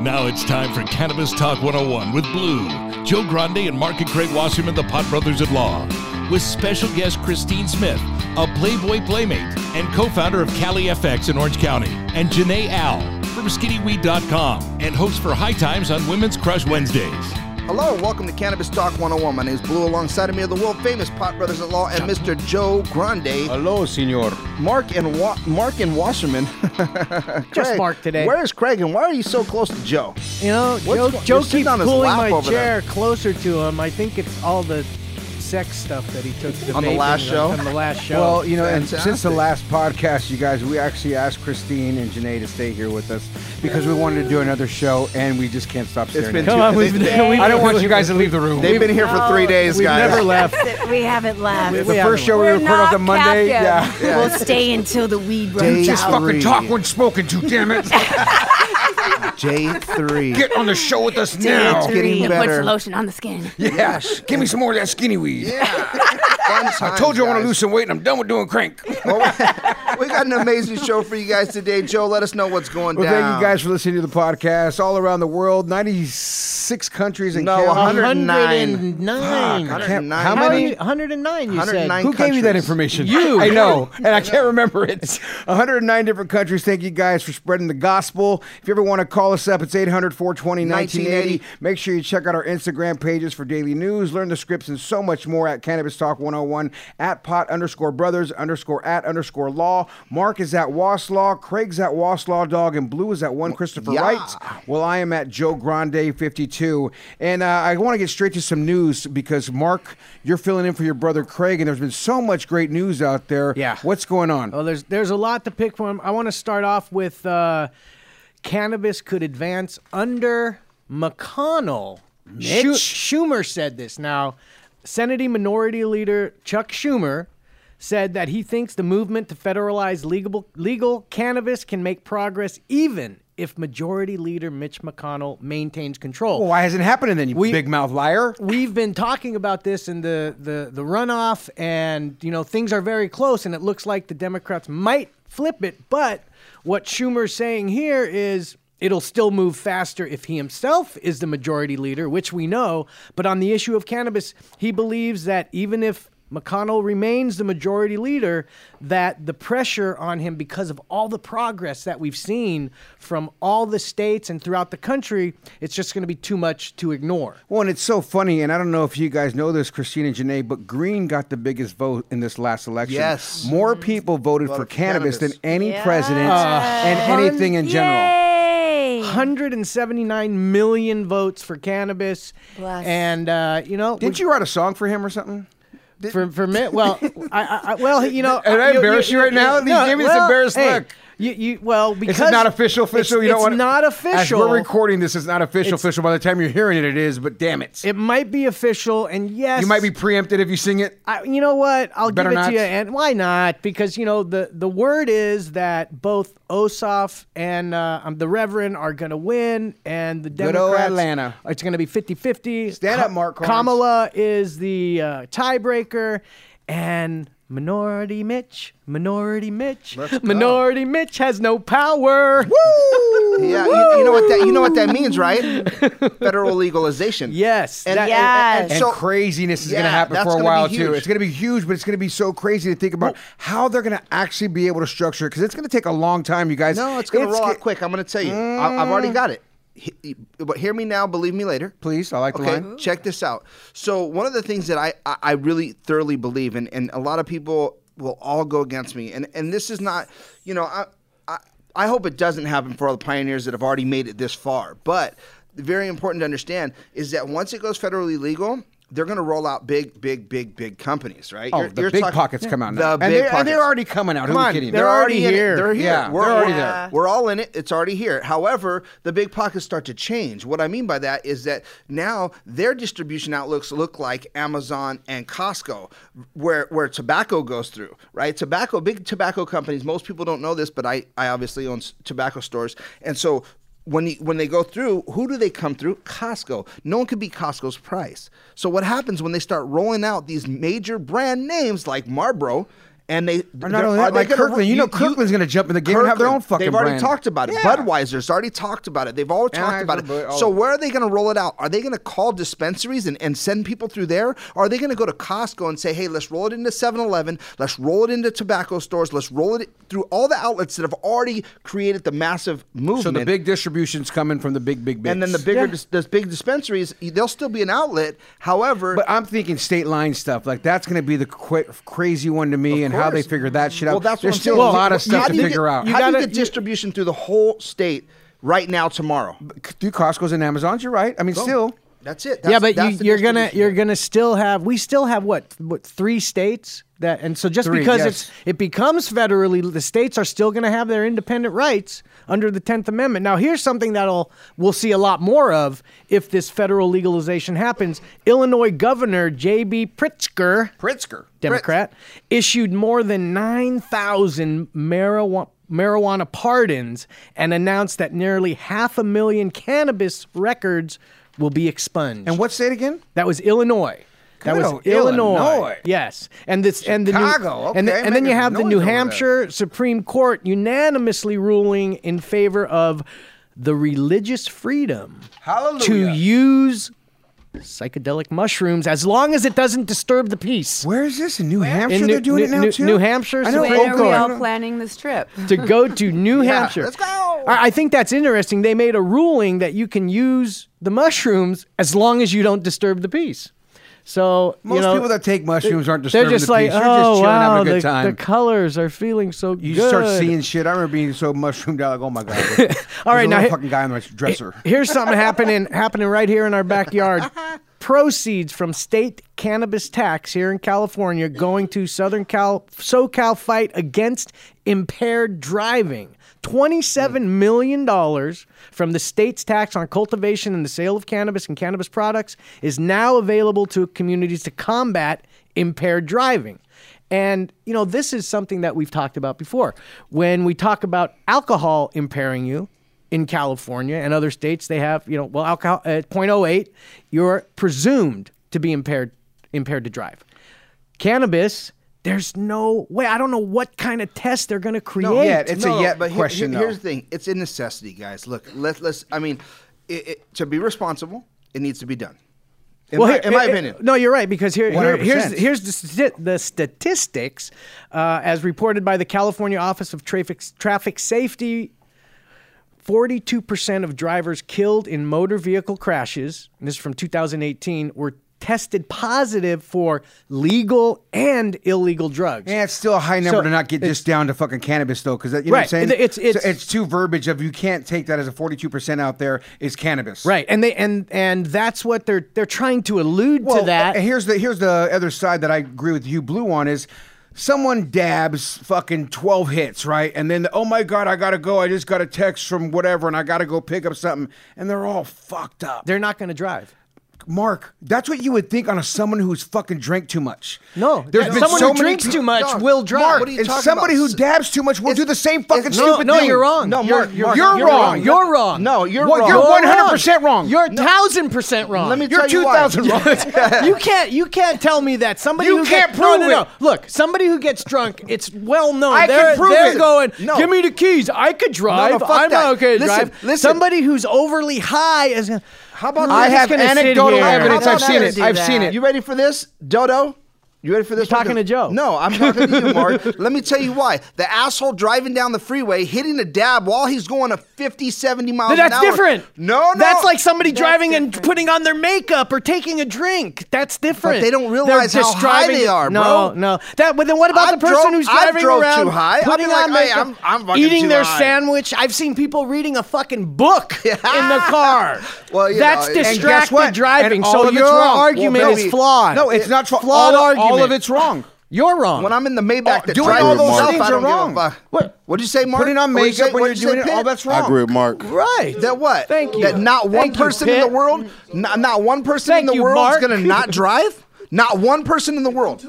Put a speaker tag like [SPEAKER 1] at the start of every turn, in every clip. [SPEAKER 1] Now it's time for Cannabis Talk 101 with Blue, Joe Grande, and Mark and Craig Wasserman, the Pot Brothers at Law, with special guest Christine Smith, a Playboy Playmate and co founder of Cali FX in Orange County, and Janae Al from skinnyweed.com and host for High Times on Women's Crush Wednesdays.
[SPEAKER 2] Hello, welcome to Cannabis Talk 101. My name is Blue. Alongside of me are the world famous Pot Brothers at Law and Mr. Joe Grande.
[SPEAKER 3] Hello, senor.
[SPEAKER 2] Mark and Wa- Mark and Wasserman.
[SPEAKER 4] Just
[SPEAKER 2] Craig,
[SPEAKER 4] Mark today.
[SPEAKER 2] Where is Craig and why are you so close to Joe?
[SPEAKER 4] You know,
[SPEAKER 2] What's
[SPEAKER 4] Joe,
[SPEAKER 2] go-
[SPEAKER 4] Joe
[SPEAKER 2] you're sitting
[SPEAKER 4] keeps
[SPEAKER 2] on his
[SPEAKER 4] pulling
[SPEAKER 2] lap
[SPEAKER 4] my
[SPEAKER 2] over
[SPEAKER 4] chair
[SPEAKER 2] there.
[SPEAKER 4] closer to him. I think it's all the sex stuff that he took to
[SPEAKER 2] On the
[SPEAKER 4] vaping
[SPEAKER 2] last
[SPEAKER 4] on-
[SPEAKER 2] show?
[SPEAKER 4] On the last show.
[SPEAKER 3] Well, you know, and since the
[SPEAKER 2] Fantastic.
[SPEAKER 3] last podcast, you guys, we actually asked Christine and Janae to stay here with us because we wanted to do another show, and we just can't stop staring.
[SPEAKER 2] been
[SPEAKER 3] at
[SPEAKER 2] too-
[SPEAKER 3] each
[SPEAKER 4] come on,
[SPEAKER 2] they-
[SPEAKER 4] we've,
[SPEAKER 2] they-
[SPEAKER 4] we've
[SPEAKER 3] other. I don't want you guys to leave the room.
[SPEAKER 2] They've been here for
[SPEAKER 3] Oh.
[SPEAKER 2] three days,
[SPEAKER 4] we've
[SPEAKER 2] guys.
[SPEAKER 4] never left.
[SPEAKER 5] That we haven't left.
[SPEAKER 3] the
[SPEAKER 4] we
[SPEAKER 3] first
[SPEAKER 4] haven't.
[SPEAKER 3] show we
[SPEAKER 5] We're
[SPEAKER 3] recorded on
[SPEAKER 5] not
[SPEAKER 3] the Monday.
[SPEAKER 5] captive.
[SPEAKER 3] Yeah.
[SPEAKER 5] We'll stay until the weed
[SPEAKER 2] Day
[SPEAKER 5] runs out.
[SPEAKER 2] three.
[SPEAKER 3] spoken to. Damn it!
[SPEAKER 2] J3.
[SPEAKER 3] on the show with us
[SPEAKER 5] Day three.
[SPEAKER 2] getting
[SPEAKER 5] It puts
[SPEAKER 2] better.
[SPEAKER 5] lotion on the skin.
[SPEAKER 3] Yeah. Give me some more of that skinny weed.
[SPEAKER 2] I
[SPEAKER 3] some weight, and I'm done with doing crank.
[SPEAKER 2] we got an amazing show for you guys today. Joe, let us know what's going
[SPEAKER 3] Well,
[SPEAKER 2] down.
[SPEAKER 3] thank you guys for listening to the podcast all around the world, 96 countries and
[SPEAKER 2] No,
[SPEAKER 3] counting.
[SPEAKER 2] 109.
[SPEAKER 4] 109.
[SPEAKER 2] Fuck,
[SPEAKER 3] I can't-
[SPEAKER 2] 109.
[SPEAKER 3] how
[SPEAKER 4] How
[SPEAKER 3] many-
[SPEAKER 4] many? 109, you said.
[SPEAKER 2] 109.
[SPEAKER 3] Who gave you that
[SPEAKER 2] countries.
[SPEAKER 3] information? You. I know, and I can't remember it. 109 different countries. Thank you guys for spreading the gospel. If you ever want to call us up, it's 800 420 1980. Make sure you check out our Instagram pages for daily news, learn the scripts, and so much more at Cannabis Talk 101, at pot underscore brothers underscore at underscore law. Mark is at Waslaw, Craig's at Waslaw Dog, and Blue is at one Christopher
[SPEAKER 2] Yeah.
[SPEAKER 3] Wright. Well, I am at Joe Grande 52, and uh, I want to get straight to some news because Mark, you're filling in for your brother Craig, and there's been so much great news out there.
[SPEAKER 4] Yeah.
[SPEAKER 3] what's going on?
[SPEAKER 4] Well, Oh, there's there's a lot to pick from. I want to start off with uh, cannabis could advance under McConnell. Schu- Schumer said this. Now, Senate Minority Leader Chuck Schumer said that he thinks the movement to federalize legal legal cannabis can make progress even if Majority Leader Mitch McConnell maintains control
[SPEAKER 3] Well, Oh, why hasn't it happened then, you
[SPEAKER 4] We-
[SPEAKER 3] big mouth liar?
[SPEAKER 4] we've been talking about this in the, the, the runoff, and you know things are very close, and it looks like the Democrats might flip it. But what Schumer's saying here is it'll still move faster if he himself is the majority leader, which we know. But on the issue of cannabis, he believes that even if McConnell remains the majority leader, that the pressure on him because of all the progress that we've seen from all the states and throughout the country, it's just going to be too much to ignore.
[SPEAKER 3] Well, and it's so funny, and I don't know if you guys know this, Christine and Janae, but Green got the biggest vote in this last election.
[SPEAKER 2] Yes.
[SPEAKER 3] more people voted for
[SPEAKER 2] for
[SPEAKER 3] cannabis,
[SPEAKER 2] cannabis.
[SPEAKER 3] than any president and anything in general.
[SPEAKER 5] Uh, Yay!
[SPEAKER 4] 179 million votes for cannabis.
[SPEAKER 5] Bless.
[SPEAKER 4] And uh, you know,
[SPEAKER 3] Didn't you write a song for him or something?
[SPEAKER 4] for for me? Well, I, I, I well, you know,
[SPEAKER 3] Did I embarrass you right now? You gave me this embarrassed
[SPEAKER 4] hey,
[SPEAKER 3] look.
[SPEAKER 4] You, you well because
[SPEAKER 3] This is not official. Official.
[SPEAKER 4] It's,
[SPEAKER 3] you don't
[SPEAKER 4] it's
[SPEAKER 3] want
[SPEAKER 4] not official.
[SPEAKER 3] As we're recording this. It's not official.
[SPEAKER 4] It's-
[SPEAKER 3] official. By the time you're hearing it, it is. But damn it,
[SPEAKER 4] It might be official, and yes,
[SPEAKER 3] you might be preempted if you sing it.
[SPEAKER 4] I, you know what? I'll
[SPEAKER 3] Better
[SPEAKER 4] give it
[SPEAKER 3] not?
[SPEAKER 4] to you. And why not? Because you know the the word is that both Ossoff and uh, um, the Reverend are going to win, and the
[SPEAKER 3] Good
[SPEAKER 4] Democrats.
[SPEAKER 3] old Atlanta.
[SPEAKER 4] It's going to be 50-50.
[SPEAKER 3] Stand up, Mark Carnes.
[SPEAKER 4] Kamala is the uh, tiebreaker, and. Minority Mitch, Minority Mitch, Minority Mitch has no power.
[SPEAKER 2] Yeah, you, you know what that you know what that means, right? Federal legalization.
[SPEAKER 4] Yes,
[SPEAKER 2] And, and-
[SPEAKER 4] that-
[SPEAKER 2] and
[SPEAKER 5] Yes.
[SPEAKER 3] And
[SPEAKER 2] so
[SPEAKER 3] craziness is going to
[SPEAKER 2] Yeah,
[SPEAKER 3] happen
[SPEAKER 2] that's
[SPEAKER 3] for a
[SPEAKER 2] gonna be
[SPEAKER 3] while too.
[SPEAKER 2] huge.
[SPEAKER 3] It's going to be huge, but it's going to be so crazy to think about how they're going to actually be able to structure it because it's going to take a long time, you guys.
[SPEAKER 2] no, it's gonna roll
[SPEAKER 3] ge-
[SPEAKER 2] out quick. I'm gonna tell you. I, I've already got it. He- he- but hear me now, believe me later.
[SPEAKER 3] Please, I like the
[SPEAKER 2] Okay,
[SPEAKER 3] line.
[SPEAKER 2] check this out. So one of the things that I, I, I really thoroughly believe in, and a lot of people will all go against me, and and this is not, you know, I I, I hope it doesn't happen for all the pioneers that have already made it this far. But very important to understand is that once it goes federally legal. They're going to roll out big, big, big, big companies, right?
[SPEAKER 3] Oh, the big
[SPEAKER 2] talking-
[SPEAKER 3] pockets come out now,
[SPEAKER 2] The
[SPEAKER 3] and
[SPEAKER 2] big
[SPEAKER 3] they're, and
[SPEAKER 2] pockets.
[SPEAKER 3] they're already coming out. Who
[SPEAKER 2] Come
[SPEAKER 3] are you
[SPEAKER 2] on,
[SPEAKER 3] kidding?
[SPEAKER 2] They're, already,
[SPEAKER 4] already
[SPEAKER 2] in it.
[SPEAKER 4] here.
[SPEAKER 2] They're here.
[SPEAKER 3] Yeah,
[SPEAKER 2] we're,
[SPEAKER 3] they're already
[SPEAKER 2] we're-
[SPEAKER 3] there.
[SPEAKER 2] We're all in it. It's already here. However, the big pockets start to change. What I mean by that is that now their distribution outlooks look like Amazon and Costco, where where tobacco goes through. Right? Tobacco, big tobacco companies. Most people don't know this, but I I obviously own s- tobacco stores, and so. When, you- when they go through, who do they come through? Costco. No one could beat Costco's price. So what happens when they start rolling out these major brand names like Marlboro, and they
[SPEAKER 3] Or not only that, like Kirkland. You know Kirkland's gonna jump in the game and have their own fucking
[SPEAKER 2] They've already
[SPEAKER 3] brand.
[SPEAKER 2] talked about it.
[SPEAKER 3] Yeah.
[SPEAKER 2] Budweiser's already talked about it. They've all talked
[SPEAKER 3] Anheuser,
[SPEAKER 2] about it.
[SPEAKER 3] but oh. all-
[SPEAKER 2] So where are they going to roll it out? Are they going to call dispensaries and, and send people through there? Are they going to go to Costco and say, hey, let's roll it into 7-Eleven. Let's roll it into tobacco stores. Let's roll it through all the outlets that have already created the massive movement.
[SPEAKER 3] So the big distribution's coming from the big, big, big.
[SPEAKER 2] and then the bigger, dis- the big dispensaries, there'll still be an outlet. However,
[SPEAKER 3] But I'm thinking state line stuff. Like that's going to be the quick, crazy one to me, and how they
[SPEAKER 2] course.
[SPEAKER 3] figure that shit out.
[SPEAKER 2] Well, that's
[SPEAKER 3] There's
[SPEAKER 2] what I'm
[SPEAKER 3] still
[SPEAKER 2] saying.
[SPEAKER 3] a lot of
[SPEAKER 2] Well, how
[SPEAKER 3] stuff
[SPEAKER 2] do
[SPEAKER 3] to
[SPEAKER 2] you
[SPEAKER 3] figure
[SPEAKER 2] get-
[SPEAKER 3] out.
[SPEAKER 2] How
[SPEAKER 3] How-
[SPEAKER 2] do
[SPEAKER 4] gotta-
[SPEAKER 2] you get distribution through the whole state right now tomorrow?
[SPEAKER 3] do Costco's and Amazon's. You're right. I mean, still.
[SPEAKER 2] That's it.
[SPEAKER 4] yeah,
[SPEAKER 2] That's-
[SPEAKER 4] but
[SPEAKER 2] that's
[SPEAKER 4] you,
[SPEAKER 2] the
[SPEAKER 4] you're gonna
[SPEAKER 2] distribution.
[SPEAKER 4] you're gonna still have we still have what what three states that and so just
[SPEAKER 3] Three,
[SPEAKER 4] because
[SPEAKER 3] yes.
[SPEAKER 4] it's it becomes federally the states are still gonna have their independent rights under the Tenth Amendment. Now here's something that'll we'll see a lot more of if this federal legalization happens. Illinois Governor J.B. Pritzker,
[SPEAKER 3] Pritzker.
[SPEAKER 4] Democrat, issued more than nine thousand marijuana. Marijuana pardons and announced that nearly half a million cannabis records will be expunged.
[SPEAKER 3] And what state again?
[SPEAKER 4] That was Illinois. That
[SPEAKER 3] Good
[SPEAKER 4] was
[SPEAKER 3] old
[SPEAKER 4] Illinois.
[SPEAKER 3] Illinois.
[SPEAKER 4] Yes, and this and the
[SPEAKER 3] Chicago,
[SPEAKER 4] New, and, the-
[SPEAKER 3] okay,
[SPEAKER 4] and then
[SPEAKER 3] making
[SPEAKER 4] you have the
[SPEAKER 3] noise
[SPEAKER 4] New
[SPEAKER 3] over there.
[SPEAKER 4] Hampshire Supreme Court unanimously ruling in favor of the religious freedom to
[SPEAKER 3] Hallelujah.
[SPEAKER 4] use psychedelic mushrooms as long as it doesn't disturb the peace.
[SPEAKER 3] Where is this in New Hampshire?
[SPEAKER 4] In New-
[SPEAKER 3] they're doing it now
[SPEAKER 4] New-
[SPEAKER 3] too.
[SPEAKER 4] New Hampshire,
[SPEAKER 3] I know.
[SPEAKER 4] Supreme
[SPEAKER 5] When are we
[SPEAKER 3] Oakland.
[SPEAKER 5] all planning this trip?
[SPEAKER 4] to go to New Hampshire.
[SPEAKER 2] let's go.
[SPEAKER 4] I, I think that's interesting. They made a ruling that you can use the mushrooms as long as you don't disturb the peace. So you
[SPEAKER 3] Most
[SPEAKER 4] know,
[SPEAKER 3] people that take mushrooms aren't
[SPEAKER 4] they're
[SPEAKER 3] disturbing
[SPEAKER 4] just
[SPEAKER 3] the
[SPEAKER 4] like,
[SPEAKER 3] peace. You're
[SPEAKER 4] oh
[SPEAKER 3] just chilling,
[SPEAKER 4] wow,
[SPEAKER 3] having a good
[SPEAKER 4] the,
[SPEAKER 3] time.
[SPEAKER 4] the colors are feeling so good.
[SPEAKER 3] you start seeing shit. I remember being so mushroomed out, like, oh my god.
[SPEAKER 4] All
[SPEAKER 3] There's a
[SPEAKER 4] right, now
[SPEAKER 3] little
[SPEAKER 4] hit-
[SPEAKER 3] fucking guy in my dresser.
[SPEAKER 4] Here's something happening happening right here in our backyard. Proceeds from state cannabis tax here in California going to Southern Cal SoCal fight against impaired driving. Twenty-seven million dollars from the state's tax on cultivation and the sale of cannabis and cannabis products is now available to communities to combat impaired driving. And, you know, this is something that we've talked about before. When we talk about alcohol impairing you in California and other states, they have, you know, well, alcohol uh, at 0.08, you're presumed to be impaired impaired to drive. Cannabis, there's no way. I don't know what kind of test they're going to create.
[SPEAKER 3] yeah, it's a yet
[SPEAKER 2] but he-
[SPEAKER 3] question,
[SPEAKER 2] he-
[SPEAKER 3] though.
[SPEAKER 2] here's the thing: it's a necessity, guys. Look, let, let's. I mean, it, it, to be responsible, it needs to be done. In, my,
[SPEAKER 4] here-
[SPEAKER 2] in my
[SPEAKER 4] here-
[SPEAKER 2] opinion,
[SPEAKER 4] No, you're right because here, here- here's
[SPEAKER 3] 100%.
[SPEAKER 4] here's the, sti- the statistics uh, as reported by the California Office of Traffic Traffic Safety. Forty-two percent of drivers killed in motor vehicle crashes. And this is from 2018. Were tested positive for legal and illegal drugs.
[SPEAKER 3] Yeah, it's still a high number
[SPEAKER 4] So
[SPEAKER 3] to not get
[SPEAKER 4] it's-
[SPEAKER 3] just down to fucking cannabis, though, because you know what I'm
[SPEAKER 4] Right.
[SPEAKER 3] saying.
[SPEAKER 4] It's- it's-
[SPEAKER 3] so it's too verbiage of you can't take that as a 42 percent out there is cannabis,
[SPEAKER 4] Right, and they and and that's what they're they're trying to allude
[SPEAKER 3] Well,
[SPEAKER 4] to that.
[SPEAKER 3] and here's the here's the other side that I agree with you, Blue, on is. Someone dabs fucking 12 hits, right? And then, oh my God, I gotta go. I just got a text from whatever and I gotta go pick up something. And they're all fucked up.
[SPEAKER 4] they're not going to drive.
[SPEAKER 3] Mark, that's what you would think on a someone who's fucking drank too much.
[SPEAKER 4] No,
[SPEAKER 3] there's
[SPEAKER 4] yeah,
[SPEAKER 3] been
[SPEAKER 4] someone
[SPEAKER 3] so
[SPEAKER 4] who
[SPEAKER 3] many
[SPEAKER 4] drinks
[SPEAKER 3] peop-
[SPEAKER 4] too much
[SPEAKER 3] Mark,
[SPEAKER 4] will drive.
[SPEAKER 3] Mark,
[SPEAKER 4] What
[SPEAKER 2] are you
[SPEAKER 3] and
[SPEAKER 2] talking
[SPEAKER 3] somebody
[SPEAKER 2] about?
[SPEAKER 3] who dabs too much will do the same fucking
[SPEAKER 2] it's-
[SPEAKER 4] No,
[SPEAKER 3] stupid
[SPEAKER 4] no,
[SPEAKER 3] thing.
[SPEAKER 4] you're wrong.
[SPEAKER 2] No,
[SPEAKER 4] you're,
[SPEAKER 2] Mark, Mark,
[SPEAKER 3] you're wrong.
[SPEAKER 4] You're wrong.
[SPEAKER 2] No, you're
[SPEAKER 3] What-
[SPEAKER 2] wrong.
[SPEAKER 3] you're 100% wrong.
[SPEAKER 4] You're thousand percent wrong.
[SPEAKER 2] Let me
[SPEAKER 3] You're
[SPEAKER 2] tell you why.
[SPEAKER 3] 2,000 wrong.
[SPEAKER 4] you can't you can't tell me that somebody
[SPEAKER 3] You
[SPEAKER 4] who
[SPEAKER 3] can't
[SPEAKER 4] get- no,
[SPEAKER 3] prove
[SPEAKER 4] no, no.
[SPEAKER 3] it.
[SPEAKER 4] Look, somebody who gets drunk, it's well known.
[SPEAKER 3] I can
[SPEAKER 4] they're,
[SPEAKER 3] prove
[SPEAKER 4] they're
[SPEAKER 3] it.
[SPEAKER 4] going.
[SPEAKER 2] No.
[SPEAKER 4] Give me the keys. I could drive.
[SPEAKER 2] fuck
[SPEAKER 4] I'm
[SPEAKER 2] that.
[SPEAKER 4] not okay to
[SPEAKER 2] Listen,
[SPEAKER 4] drive.
[SPEAKER 2] listen.
[SPEAKER 4] Somebody who's overly high is. How
[SPEAKER 2] about
[SPEAKER 3] I have anecdotal evidence.
[SPEAKER 2] How
[SPEAKER 3] I've
[SPEAKER 2] about
[SPEAKER 3] seen it.
[SPEAKER 2] that?
[SPEAKER 3] I've seen it.
[SPEAKER 2] You ready for this, Dodo? You ready for this?
[SPEAKER 4] You're talking to Joe.
[SPEAKER 2] No, I'm talking to you, Mark. Let me tell you why. The asshole driving down the freeway, hitting a dab while he's going to 50, 70 miles an
[SPEAKER 4] That's
[SPEAKER 2] hour.
[SPEAKER 4] different.
[SPEAKER 2] No, no.
[SPEAKER 4] That's like somebody
[SPEAKER 2] That's
[SPEAKER 4] driving and
[SPEAKER 2] different.
[SPEAKER 4] putting on their makeup or taking a drink. That's different.
[SPEAKER 2] they don't
[SPEAKER 4] They're
[SPEAKER 2] realize how
[SPEAKER 4] just
[SPEAKER 2] high
[SPEAKER 4] driving-
[SPEAKER 2] they are,
[SPEAKER 4] no,
[SPEAKER 2] bro.
[SPEAKER 4] No, That. But then what about
[SPEAKER 2] I
[SPEAKER 4] the person
[SPEAKER 2] drove-
[SPEAKER 4] who's
[SPEAKER 2] I
[SPEAKER 4] driving
[SPEAKER 2] drove
[SPEAKER 4] around,
[SPEAKER 2] too high. I'd be
[SPEAKER 4] putting
[SPEAKER 2] like,
[SPEAKER 4] on
[SPEAKER 2] "Hey,
[SPEAKER 4] makeup,
[SPEAKER 2] I'm- I'm fucking
[SPEAKER 4] eating
[SPEAKER 2] too
[SPEAKER 4] their
[SPEAKER 2] high."
[SPEAKER 4] sandwich? I've seen people reading a fucking book in the car.
[SPEAKER 2] Well, you know,
[SPEAKER 4] that's
[SPEAKER 3] And
[SPEAKER 2] and guess
[SPEAKER 3] guess
[SPEAKER 4] distracted
[SPEAKER 3] what?
[SPEAKER 4] driving.
[SPEAKER 3] And all
[SPEAKER 4] So
[SPEAKER 3] of
[SPEAKER 4] your
[SPEAKER 3] it's wrong.
[SPEAKER 4] argument
[SPEAKER 3] Well,
[SPEAKER 4] is
[SPEAKER 3] Billy,
[SPEAKER 4] flawed.
[SPEAKER 3] No, it's not flaw-
[SPEAKER 4] Flawed
[SPEAKER 3] all,
[SPEAKER 4] argument.
[SPEAKER 3] All of it's wrong.
[SPEAKER 4] You're wrong.
[SPEAKER 2] When I'm in the Maybach that
[SPEAKER 3] doing
[SPEAKER 2] drives
[SPEAKER 3] all
[SPEAKER 2] itself,
[SPEAKER 3] those
[SPEAKER 2] I
[SPEAKER 3] things
[SPEAKER 2] don't
[SPEAKER 3] are
[SPEAKER 2] give a
[SPEAKER 3] wrong.
[SPEAKER 2] fuck.
[SPEAKER 4] What?
[SPEAKER 2] What'd you say, Mark?
[SPEAKER 3] Putting on
[SPEAKER 2] What'd you say-
[SPEAKER 3] makeup when you're
[SPEAKER 2] what'd you say,
[SPEAKER 3] doing it, all
[SPEAKER 2] Pitt?
[SPEAKER 3] that's
[SPEAKER 6] I
[SPEAKER 3] wrong.
[SPEAKER 6] agree with Mark.
[SPEAKER 4] right.
[SPEAKER 2] That what?
[SPEAKER 4] Thank you.
[SPEAKER 2] That not one
[SPEAKER 4] Thank you,
[SPEAKER 2] person in the
[SPEAKER 4] Pitt.
[SPEAKER 2] world, not, not one person
[SPEAKER 4] Thank
[SPEAKER 2] in the
[SPEAKER 4] you,
[SPEAKER 2] world
[SPEAKER 4] Mark.
[SPEAKER 2] is going to not drive? Not one person in the world.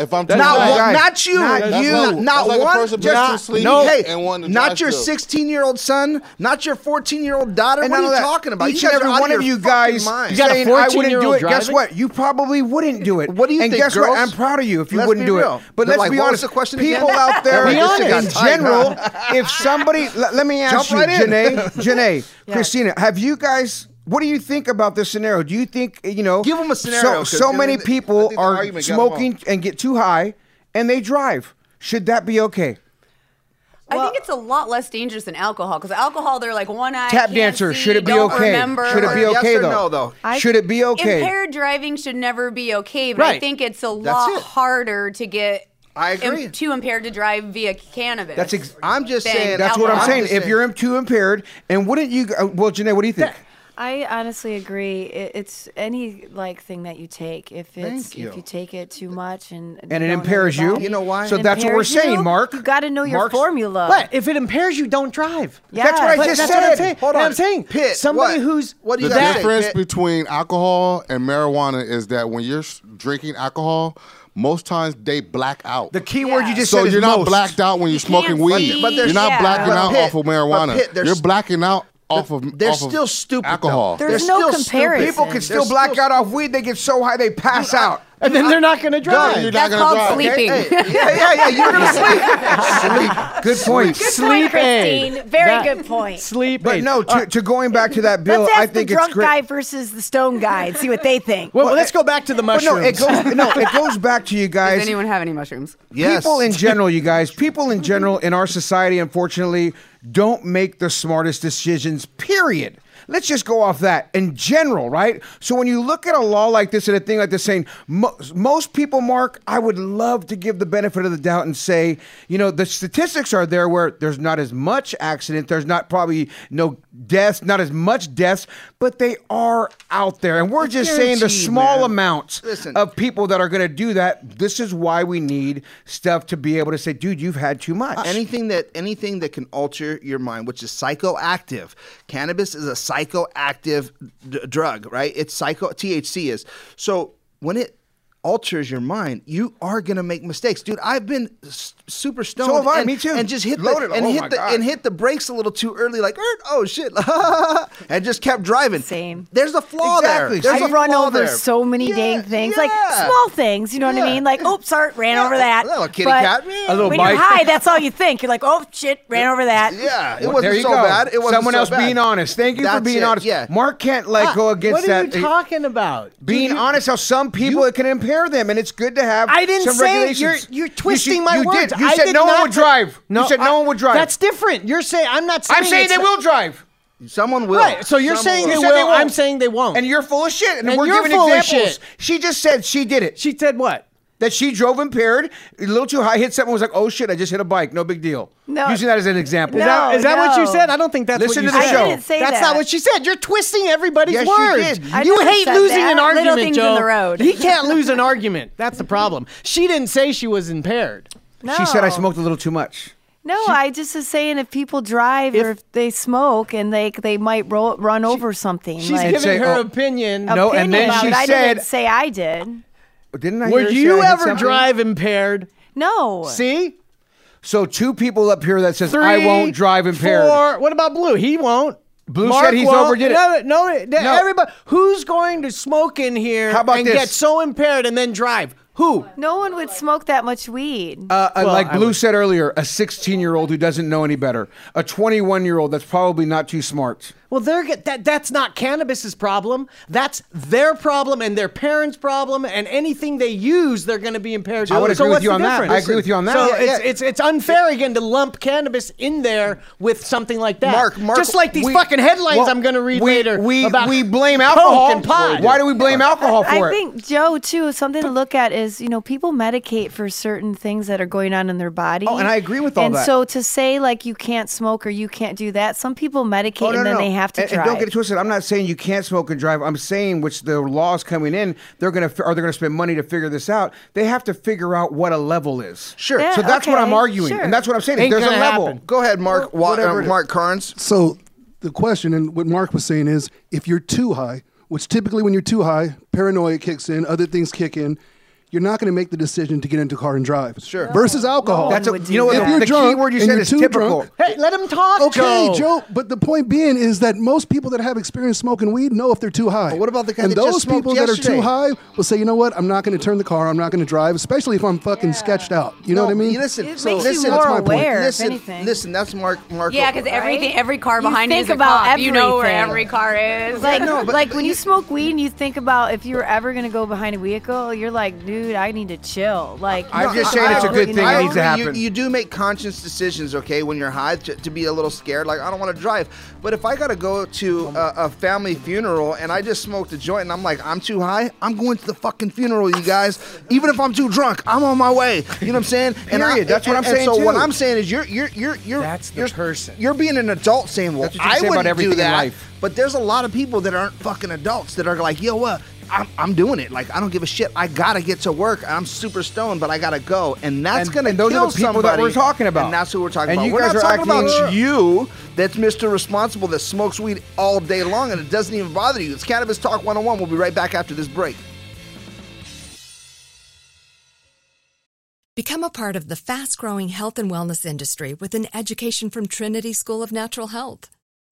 [SPEAKER 6] If I'm too
[SPEAKER 2] Not
[SPEAKER 3] right.
[SPEAKER 6] high,
[SPEAKER 2] one,
[SPEAKER 3] Guys,
[SPEAKER 2] not you,
[SPEAKER 3] not
[SPEAKER 6] That's
[SPEAKER 2] you,
[SPEAKER 6] like-
[SPEAKER 2] not
[SPEAKER 6] that's like a
[SPEAKER 2] one.
[SPEAKER 6] person being too sleepy
[SPEAKER 2] no, hey,
[SPEAKER 6] and wanting to
[SPEAKER 2] not
[SPEAKER 6] drive
[SPEAKER 2] your
[SPEAKER 6] still.
[SPEAKER 2] 16 year old son, not your 14 year old daughter.
[SPEAKER 3] And
[SPEAKER 2] what
[SPEAKER 3] none
[SPEAKER 2] are you
[SPEAKER 3] of that.
[SPEAKER 2] talking about?
[SPEAKER 3] Each
[SPEAKER 2] you
[SPEAKER 3] and
[SPEAKER 2] guys
[SPEAKER 3] every
[SPEAKER 2] are out
[SPEAKER 3] one
[SPEAKER 2] of,
[SPEAKER 3] of
[SPEAKER 2] your
[SPEAKER 3] you
[SPEAKER 2] fucking
[SPEAKER 3] guys
[SPEAKER 2] mind.
[SPEAKER 4] got a
[SPEAKER 3] saying I wouldn't do
[SPEAKER 4] 14-year-old
[SPEAKER 3] it. Guess
[SPEAKER 4] driving?
[SPEAKER 3] what? You probably wouldn't do it.
[SPEAKER 2] What do you
[SPEAKER 3] and
[SPEAKER 2] think,
[SPEAKER 3] guess
[SPEAKER 2] girls?
[SPEAKER 3] what? I'm proud of you if you
[SPEAKER 2] Let's
[SPEAKER 3] wouldn't
[SPEAKER 2] be
[SPEAKER 3] do
[SPEAKER 2] real.
[SPEAKER 3] it. But let's
[SPEAKER 2] Like,
[SPEAKER 3] be
[SPEAKER 2] what was
[SPEAKER 3] honest.
[SPEAKER 2] the question again?
[SPEAKER 3] people out there,
[SPEAKER 2] Be
[SPEAKER 3] in
[SPEAKER 2] honest.
[SPEAKER 3] general, if somebody, let, let me ask
[SPEAKER 2] Jump right
[SPEAKER 3] you,
[SPEAKER 2] in.
[SPEAKER 3] Janae, Janae,
[SPEAKER 5] Yeah.
[SPEAKER 3] Christina, have you guys? What do you think about this scenario? Do you think you know?
[SPEAKER 2] Give 'em a
[SPEAKER 3] so-
[SPEAKER 2] scenario, 'cause
[SPEAKER 3] So,
[SPEAKER 2] then
[SPEAKER 3] many
[SPEAKER 2] the- I
[SPEAKER 3] people
[SPEAKER 6] think the
[SPEAKER 3] are
[SPEAKER 6] argument got 'em all.
[SPEAKER 3] smoking and get too high, and they drive. Should that be okay?
[SPEAKER 5] I think it's a lot less dangerous than alcohol because alcohol, they're like one eye.
[SPEAKER 3] Tap
[SPEAKER 5] can't
[SPEAKER 3] dancer,
[SPEAKER 5] see,
[SPEAKER 3] should it be
[SPEAKER 5] don't
[SPEAKER 3] okay?
[SPEAKER 5] Remember.
[SPEAKER 3] Should it be
[SPEAKER 2] Yes
[SPEAKER 3] okay
[SPEAKER 2] or
[SPEAKER 3] though?
[SPEAKER 2] no, though?
[SPEAKER 5] I-
[SPEAKER 3] should it be okay?
[SPEAKER 5] Impaired driving should never be okay, but
[SPEAKER 4] Right.
[SPEAKER 5] I think it's a
[SPEAKER 2] That's
[SPEAKER 5] lot
[SPEAKER 2] it.
[SPEAKER 5] harder to get
[SPEAKER 2] I agree.
[SPEAKER 5] im- too impaired to drive via cannabis.
[SPEAKER 3] That's ex-
[SPEAKER 2] I'm just
[SPEAKER 5] than
[SPEAKER 2] saying-
[SPEAKER 3] That's what I'm
[SPEAKER 5] alcohol.
[SPEAKER 3] saying.
[SPEAKER 2] just
[SPEAKER 3] If
[SPEAKER 2] saying.
[SPEAKER 3] you're im- too impaired, and wouldn't you? uh, Well, Janae, what do you think?
[SPEAKER 7] I honestly agree. It, it's any like thing that you take. If it's
[SPEAKER 2] you.
[SPEAKER 7] if you take it too much and
[SPEAKER 3] And it
[SPEAKER 7] don't know
[SPEAKER 3] impairs
[SPEAKER 7] your
[SPEAKER 3] you.
[SPEAKER 7] body,
[SPEAKER 3] You know
[SPEAKER 2] why?
[SPEAKER 7] it
[SPEAKER 3] So that's what we're
[SPEAKER 7] impairs you,
[SPEAKER 3] saying, Mark.
[SPEAKER 7] You got to know your
[SPEAKER 3] Mark's-
[SPEAKER 7] formula.
[SPEAKER 4] What? If it impairs you, don't drive.
[SPEAKER 7] Yeah. That's what I
[SPEAKER 4] But
[SPEAKER 3] just
[SPEAKER 4] that's What I'm
[SPEAKER 3] said.
[SPEAKER 4] saying.
[SPEAKER 2] Hold
[SPEAKER 4] And
[SPEAKER 2] on.
[SPEAKER 4] I'm saying
[SPEAKER 2] Pitt,
[SPEAKER 4] somebody
[SPEAKER 2] what?
[SPEAKER 4] who's
[SPEAKER 2] What do you
[SPEAKER 6] The
[SPEAKER 2] gotta
[SPEAKER 4] that,
[SPEAKER 2] say?
[SPEAKER 6] difference
[SPEAKER 2] that-
[SPEAKER 6] between alcohol and marijuana is that when you're s- drinking alcohol, most times they black out.
[SPEAKER 3] The key word you
[SPEAKER 5] Yeah.
[SPEAKER 3] just
[SPEAKER 6] so
[SPEAKER 3] said
[SPEAKER 6] you're
[SPEAKER 3] is
[SPEAKER 6] not
[SPEAKER 3] most.
[SPEAKER 6] blacked out when you're smoking
[SPEAKER 5] can't
[SPEAKER 6] weed.
[SPEAKER 5] see.
[SPEAKER 2] But there's-
[SPEAKER 6] you're not
[SPEAKER 5] Yeah.
[SPEAKER 6] blacking
[SPEAKER 2] But
[SPEAKER 6] out
[SPEAKER 2] Pitt-
[SPEAKER 6] off of
[SPEAKER 2] but
[SPEAKER 6] marijuana.
[SPEAKER 2] Pitt, there's-
[SPEAKER 6] you're blacking out off of.
[SPEAKER 2] They're
[SPEAKER 6] off of
[SPEAKER 2] still stupid. though.
[SPEAKER 6] Alcohol.
[SPEAKER 2] They're
[SPEAKER 7] There's
[SPEAKER 2] still
[SPEAKER 7] no
[SPEAKER 2] stupid.
[SPEAKER 7] comparison.
[SPEAKER 3] People can still
[SPEAKER 2] They're
[SPEAKER 3] black
[SPEAKER 2] still-
[SPEAKER 3] out off weed. They get so high they pass out.
[SPEAKER 4] and then they're not going to drive.
[SPEAKER 6] you're not
[SPEAKER 5] That's
[SPEAKER 6] gonna
[SPEAKER 5] called
[SPEAKER 6] drive.
[SPEAKER 5] sleeping.
[SPEAKER 2] Hey, yeah, yeah, yeah. You're gonna sleep. sleep.
[SPEAKER 3] Good point.
[SPEAKER 4] Sleep aid.
[SPEAKER 5] Christine. Very
[SPEAKER 4] That-
[SPEAKER 5] good point.
[SPEAKER 4] Sleep
[SPEAKER 3] But
[SPEAKER 4] aid.
[SPEAKER 3] no, to, to going back to that bill,
[SPEAKER 5] Let's
[SPEAKER 3] I
[SPEAKER 5] ask the
[SPEAKER 3] think it's
[SPEAKER 5] drunk
[SPEAKER 3] great.
[SPEAKER 5] guy versus the stone guy and see what they think.
[SPEAKER 4] Well, let's go back to the
[SPEAKER 3] But
[SPEAKER 4] mushrooms.
[SPEAKER 3] no, it goes no, it goes back to you guys.
[SPEAKER 5] Does anyone have any mushrooms?
[SPEAKER 2] Yes.
[SPEAKER 3] People in general, you guys, people in general in our society, unfortunately, don't make the smartest decisions, period. Let's just go off that in general, right? So when you look at a law like this and a thing like this saying, mo- most people, Mark, I would love to give the benefit of the doubt and say, you know, the statistics are there where there's not as much accident, there's not probably no deaths, not as much deaths, but they are out there. And we're just saying the
[SPEAKER 2] Guaranteed,
[SPEAKER 3] small
[SPEAKER 2] man.
[SPEAKER 3] amounts
[SPEAKER 2] Listen.
[SPEAKER 3] of people that are going to do that. This is why we need stuff to be able to say, dude, you've had too much.
[SPEAKER 2] Uh, anything that anything that can alter your mind which is psychoactive cannabis is a psychoactive d- drug right it's psycho thc is so when it alters your mind you are gonna make mistakes dude i've been s- super stoned
[SPEAKER 3] have I,
[SPEAKER 2] and,
[SPEAKER 3] me too.
[SPEAKER 2] and just hit
[SPEAKER 3] Loaded,
[SPEAKER 2] the, and
[SPEAKER 3] oh my
[SPEAKER 2] hit the
[SPEAKER 3] God.
[SPEAKER 2] and hit the brakes a little too early like "Er, oh shit and just kept driving
[SPEAKER 7] Same.
[SPEAKER 2] there's a flaw
[SPEAKER 3] Exactly.
[SPEAKER 2] there there's
[SPEAKER 7] I
[SPEAKER 2] a
[SPEAKER 7] run
[SPEAKER 2] flaw
[SPEAKER 7] over
[SPEAKER 2] there.
[SPEAKER 7] so many
[SPEAKER 2] Yeah,
[SPEAKER 7] dang things, like
[SPEAKER 2] yeah.
[SPEAKER 7] small things. You know what
[SPEAKER 2] Yeah.
[SPEAKER 7] I mean? Like, oops, sorry, ran
[SPEAKER 2] Yeah,
[SPEAKER 7] over that.
[SPEAKER 2] a little kitty
[SPEAKER 7] But
[SPEAKER 2] cat, yeah. A little
[SPEAKER 7] when
[SPEAKER 3] bike.
[SPEAKER 7] you're high, that's all you think. You're like, oh shit, ran over that.
[SPEAKER 2] yeah, it
[SPEAKER 3] Well,
[SPEAKER 2] wasn't
[SPEAKER 3] there you
[SPEAKER 2] so
[SPEAKER 3] go.
[SPEAKER 2] bad. It wasn't
[SPEAKER 3] Someone
[SPEAKER 2] so
[SPEAKER 3] else
[SPEAKER 2] bad.
[SPEAKER 3] being honest. Thank you for
[SPEAKER 2] That's
[SPEAKER 3] being
[SPEAKER 2] it,
[SPEAKER 3] honest.
[SPEAKER 2] Yeah,
[SPEAKER 3] Mark can't like go against
[SPEAKER 4] Ah, what are
[SPEAKER 3] that.
[SPEAKER 4] you talking about?
[SPEAKER 3] being honest, how some people it can impair them, and it's good to have.
[SPEAKER 4] I didn't
[SPEAKER 3] some
[SPEAKER 4] say
[SPEAKER 3] regulations.
[SPEAKER 4] you're
[SPEAKER 3] You
[SPEAKER 4] you're
[SPEAKER 3] should-
[SPEAKER 4] twisting my
[SPEAKER 3] you
[SPEAKER 4] words.
[SPEAKER 3] Did. You
[SPEAKER 4] I
[SPEAKER 3] said
[SPEAKER 4] did
[SPEAKER 3] no one
[SPEAKER 4] not
[SPEAKER 3] would drive.
[SPEAKER 4] No,
[SPEAKER 3] you said
[SPEAKER 4] I-
[SPEAKER 3] no one would drive.
[SPEAKER 4] That's different. You're saying I'm not saying
[SPEAKER 3] I'm saying
[SPEAKER 4] it's
[SPEAKER 3] they
[SPEAKER 4] not-
[SPEAKER 3] will drive.
[SPEAKER 2] Someone will.
[SPEAKER 4] Right. So you're
[SPEAKER 2] Someone
[SPEAKER 3] You
[SPEAKER 4] saying they
[SPEAKER 3] said
[SPEAKER 4] will.
[SPEAKER 3] they won't.
[SPEAKER 4] I'm saying they won't.
[SPEAKER 3] And you're full of shit. And,
[SPEAKER 4] And
[SPEAKER 3] we're
[SPEAKER 4] you're
[SPEAKER 3] giving
[SPEAKER 4] full of
[SPEAKER 3] examples.
[SPEAKER 4] shit.
[SPEAKER 3] She just said she did it.
[SPEAKER 4] she said what?
[SPEAKER 3] that she drove impaired, a little too high, hit something, was like, oh shit, I just hit a bike, no big deal.
[SPEAKER 7] No.
[SPEAKER 3] Using that as an example.
[SPEAKER 4] Is that, is that what you
[SPEAKER 7] no.
[SPEAKER 4] said? I don't think that's
[SPEAKER 3] Listen
[SPEAKER 4] what you
[SPEAKER 3] to the
[SPEAKER 4] said.
[SPEAKER 3] show. I
[SPEAKER 7] didn't say
[SPEAKER 4] that's
[SPEAKER 7] that.
[SPEAKER 4] not what she said. You're twisting everybody's
[SPEAKER 3] Yes, you
[SPEAKER 4] words.
[SPEAKER 3] did.
[SPEAKER 7] I
[SPEAKER 4] You
[SPEAKER 7] never
[SPEAKER 4] hate
[SPEAKER 7] said
[SPEAKER 4] losing
[SPEAKER 7] that.
[SPEAKER 4] an
[SPEAKER 7] Little
[SPEAKER 4] argument,
[SPEAKER 7] things in
[SPEAKER 4] Joe.
[SPEAKER 7] the road.
[SPEAKER 4] He can't lose an argument. That's the problem. She didn't say she was impaired.
[SPEAKER 7] No.
[SPEAKER 3] She said I smoked a little too much.
[SPEAKER 7] No, I just was saying if people drive or if they smoke and they they might roll, run over something.
[SPEAKER 4] She's
[SPEAKER 7] like,
[SPEAKER 4] giving
[SPEAKER 3] say,
[SPEAKER 4] her
[SPEAKER 3] oh,
[SPEAKER 4] opinion.
[SPEAKER 3] no, and then
[SPEAKER 7] opinion about
[SPEAKER 3] she
[SPEAKER 7] it. I
[SPEAKER 3] said-
[SPEAKER 7] didn't say I did.
[SPEAKER 3] Didn't I? hear
[SPEAKER 4] Would
[SPEAKER 3] her say
[SPEAKER 4] you
[SPEAKER 3] I hit
[SPEAKER 4] ever
[SPEAKER 3] something?
[SPEAKER 4] drive impaired?
[SPEAKER 7] No.
[SPEAKER 4] See,
[SPEAKER 3] So two people up here that says
[SPEAKER 4] three.
[SPEAKER 3] I won't drive impaired.
[SPEAKER 4] Four. What about Blue? He won't.
[SPEAKER 3] Blue
[SPEAKER 4] Mark
[SPEAKER 3] said he's
[SPEAKER 4] won't.
[SPEAKER 3] overdid it.
[SPEAKER 4] No, no, no,
[SPEAKER 3] No.
[SPEAKER 4] Everybody, who's going to smoke in here
[SPEAKER 3] How about
[SPEAKER 4] and
[SPEAKER 3] this?
[SPEAKER 4] get so impaired and then drive? Who?
[SPEAKER 7] No one would smoke that much weed.
[SPEAKER 3] Uh, uh, like
[SPEAKER 4] I
[SPEAKER 3] Blue
[SPEAKER 4] would-
[SPEAKER 3] said earlier, a 16 year old who doesn't know any better, a 21 year old that's probably not too smart.
[SPEAKER 4] Well, they're get, that. That's not cannabis's problem. That's their problem and their parents' problem. And anything they use, they're going to be impaired.
[SPEAKER 3] I would
[SPEAKER 4] so
[SPEAKER 3] agree with
[SPEAKER 4] what's
[SPEAKER 3] you
[SPEAKER 4] the
[SPEAKER 3] on that. I
[SPEAKER 4] difference?
[SPEAKER 3] agree with you on that.
[SPEAKER 4] So
[SPEAKER 3] Yeah,
[SPEAKER 4] it's,
[SPEAKER 3] yeah.
[SPEAKER 4] it's it's unfair again to lump cannabis in there with something like that.
[SPEAKER 2] Mark, Mark,
[SPEAKER 4] just like these
[SPEAKER 3] We-
[SPEAKER 4] fucking headlines
[SPEAKER 3] well,
[SPEAKER 4] I'm going to read
[SPEAKER 3] we-
[SPEAKER 4] later
[SPEAKER 3] We,
[SPEAKER 4] about
[SPEAKER 3] we blame
[SPEAKER 4] coke
[SPEAKER 3] alcohol.
[SPEAKER 4] and pot.
[SPEAKER 3] Why do we blame alcohol for
[SPEAKER 7] I
[SPEAKER 3] it?
[SPEAKER 7] think Joe too. Something to look at is you know people medicate for certain things that are going on in their body.
[SPEAKER 3] Oh, and I agree with all
[SPEAKER 7] and
[SPEAKER 3] that.
[SPEAKER 7] so to say like you can't smoke or you can't do that, some people medicate and then they have to
[SPEAKER 3] Oh, and,
[SPEAKER 7] drive.
[SPEAKER 3] And don't get it twisted. I'm not saying you can't smoke and drive. I'm saying which the laws coming in, they're gonna fi- are they gonna spend money to figure this out? They have to figure out what a level is.
[SPEAKER 2] Sure. Yeah,
[SPEAKER 3] so that's what I'm
[SPEAKER 7] okay,
[SPEAKER 3] arguing,
[SPEAKER 7] sure.
[SPEAKER 3] and that's what I'm saying.
[SPEAKER 4] Ain't
[SPEAKER 3] There's a
[SPEAKER 4] gonna
[SPEAKER 3] level.
[SPEAKER 4] happen.
[SPEAKER 2] Go ahead, Mark. Wa-
[SPEAKER 3] Whatever
[SPEAKER 2] uh,
[SPEAKER 3] it is.
[SPEAKER 2] Mark Carnes.
[SPEAKER 8] So the question and what Mark was saying is if you're too high, which typically when you're too high, paranoia kicks in, other things kick in, you're not going to make the decision to get into a car and drive. Sure. Versus alcohol.
[SPEAKER 3] That's a,
[SPEAKER 7] would
[SPEAKER 3] you know what?
[SPEAKER 8] do
[SPEAKER 3] The,
[SPEAKER 8] that. If
[SPEAKER 3] the
[SPEAKER 8] you're
[SPEAKER 3] key word you
[SPEAKER 8] drunk
[SPEAKER 3] said
[SPEAKER 8] and
[SPEAKER 3] is
[SPEAKER 8] you're too
[SPEAKER 3] typical.
[SPEAKER 8] drunk-
[SPEAKER 4] Hey, let him talk,
[SPEAKER 8] Okay, Joe. But the point being is that most people that have experience smoking weed know if they're too high.
[SPEAKER 2] But what about the guy
[SPEAKER 8] And
[SPEAKER 2] that just
[SPEAKER 8] those
[SPEAKER 2] smoked
[SPEAKER 8] people that are
[SPEAKER 2] yesterday?
[SPEAKER 8] too high will say, you know what? I'm not going to turn the car. I'm not going to drive, especially if I'm fucking sketched out. You know
[SPEAKER 2] No,
[SPEAKER 8] what I mean?
[SPEAKER 2] Listen,
[SPEAKER 7] It
[SPEAKER 2] so
[SPEAKER 7] makes you
[SPEAKER 2] listen,
[SPEAKER 7] more
[SPEAKER 2] that's my point.
[SPEAKER 7] aware, if
[SPEAKER 2] Listen,
[SPEAKER 7] anything.
[SPEAKER 2] listen, that's Mark. Mark.
[SPEAKER 5] Yeah, because everything, every car behind you
[SPEAKER 7] think
[SPEAKER 5] is a
[SPEAKER 7] about
[SPEAKER 5] cop. You know where
[SPEAKER 7] everything.
[SPEAKER 5] every car is.
[SPEAKER 7] Like,
[SPEAKER 2] No, but-
[SPEAKER 7] like when you smoke weed and you think about if you were ever gonna go behind a vehicle, you're like, dude, I need to chill. Like,
[SPEAKER 3] I'm just
[SPEAKER 7] chill
[SPEAKER 3] saying it's a
[SPEAKER 7] out,
[SPEAKER 3] good
[SPEAKER 7] you
[SPEAKER 3] thing. It
[SPEAKER 7] know?
[SPEAKER 3] needs to happen.
[SPEAKER 2] You, you do make conscious decisions, okay, when you're high to, to be a little scared. Like, I don't want to drive. But if I got to go to a, a family funeral and I just smoked a joint and I'm like, I'm too high, I'm going to the fucking funeral, you guys. Even if I'm too drunk, I'm on my way. You know what I'm saying? And I-
[SPEAKER 3] Period. That's what
[SPEAKER 2] and-
[SPEAKER 3] I'm
[SPEAKER 2] and
[SPEAKER 3] saying,
[SPEAKER 2] So what
[SPEAKER 3] too.
[SPEAKER 2] I'm saying is, you're you're you're you're
[SPEAKER 4] That's the
[SPEAKER 2] you're,
[SPEAKER 4] person.
[SPEAKER 2] You're being an adult saying, well,
[SPEAKER 3] That's what you
[SPEAKER 2] I
[SPEAKER 3] say about
[SPEAKER 2] wouldn't
[SPEAKER 3] everything
[SPEAKER 2] do
[SPEAKER 3] in
[SPEAKER 2] that.
[SPEAKER 3] life.
[SPEAKER 2] But there's a lot of people that aren't fucking adults that are like, yo, what? I'm, I'm doing it. Like I don't give a shit. I gotta get to work. I'm super stoned, but I gotta go. And that's
[SPEAKER 3] And-
[SPEAKER 2] gonna
[SPEAKER 3] and those are
[SPEAKER 2] kill
[SPEAKER 3] the people that
[SPEAKER 2] somebody.
[SPEAKER 3] we're talking about.
[SPEAKER 2] And that's who we're talking
[SPEAKER 3] And
[SPEAKER 2] about.
[SPEAKER 3] you
[SPEAKER 2] we're
[SPEAKER 3] guys
[SPEAKER 2] not
[SPEAKER 3] are
[SPEAKER 2] talking
[SPEAKER 3] acting-
[SPEAKER 2] about you. That's Mr. Responsible that smokes weed all day long and it doesn't even bother you. It's Cannabis Talk 101. We'll be right back after this break.
[SPEAKER 9] Become a part of the fast growing health and wellness industry with an education from Trinity School of Natural Health.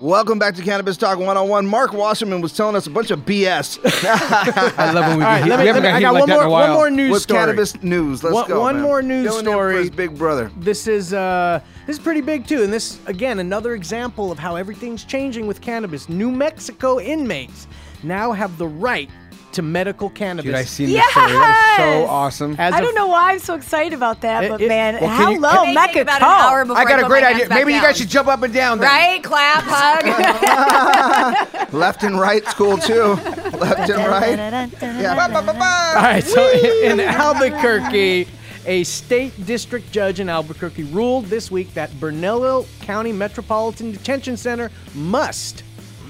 [SPEAKER 2] Welcome back to Cannabis Talk 101. Mark Wasserman was telling us a bunch of BS. I
[SPEAKER 3] love when we get heat-
[SPEAKER 2] hear.
[SPEAKER 3] we haven't got heat
[SPEAKER 2] I got
[SPEAKER 3] like
[SPEAKER 2] one
[SPEAKER 3] that in
[SPEAKER 2] more,
[SPEAKER 3] a
[SPEAKER 2] one
[SPEAKER 3] while.
[SPEAKER 2] more news
[SPEAKER 3] What's
[SPEAKER 2] story.
[SPEAKER 3] cannabis
[SPEAKER 2] news?
[SPEAKER 3] Let's
[SPEAKER 4] one,
[SPEAKER 3] go,
[SPEAKER 4] one
[SPEAKER 3] man.
[SPEAKER 4] more news
[SPEAKER 3] Filling in for
[SPEAKER 4] story.
[SPEAKER 3] his
[SPEAKER 2] big brother.
[SPEAKER 4] This is uh, this is pretty big too, and this again another example of how everything's changing with cannabis. New Mexico inmates now have the right to medical cannabis.
[SPEAKER 3] Dude, I seen this story. That is
[SPEAKER 7] Yes!
[SPEAKER 3] so awesome.
[SPEAKER 4] As
[SPEAKER 7] I
[SPEAKER 4] of-
[SPEAKER 7] don't know why I'm so excited about that,
[SPEAKER 4] It-
[SPEAKER 7] but
[SPEAKER 4] it-
[SPEAKER 7] man,
[SPEAKER 3] Well, can
[SPEAKER 7] how
[SPEAKER 3] you-
[SPEAKER 7] low
[SPEAKER 3] can-
[SPEAKER 7] that could
[SPEAKER 5] about an hour
[SPEAKER 7] call.
[SPEAKER 5] before
[SPEAKER 3] I got
[SPEAKER 5] I
[SPEAKER 3] a
[SPEAKER 5] put
[SPEAKER 3] great
[SPEAKER 5] my
[SPEAKER 3] idea.
[SPEAKER 5] hands back
[SPEAKER 3] Maybe you guys
[SPEAKER 5] down.
[SPEAKER 3] should jump up and down. then.
[SPEAKER 5] Right? Clap, hug.
[SPEAKER 2] Left and right's cool too. Left and right.
[SPEAKER 4] All right, so in Albuquerque, a state district judge in Albuquerque ruled this week that Bernalillo County Metropolitan Detention Center must,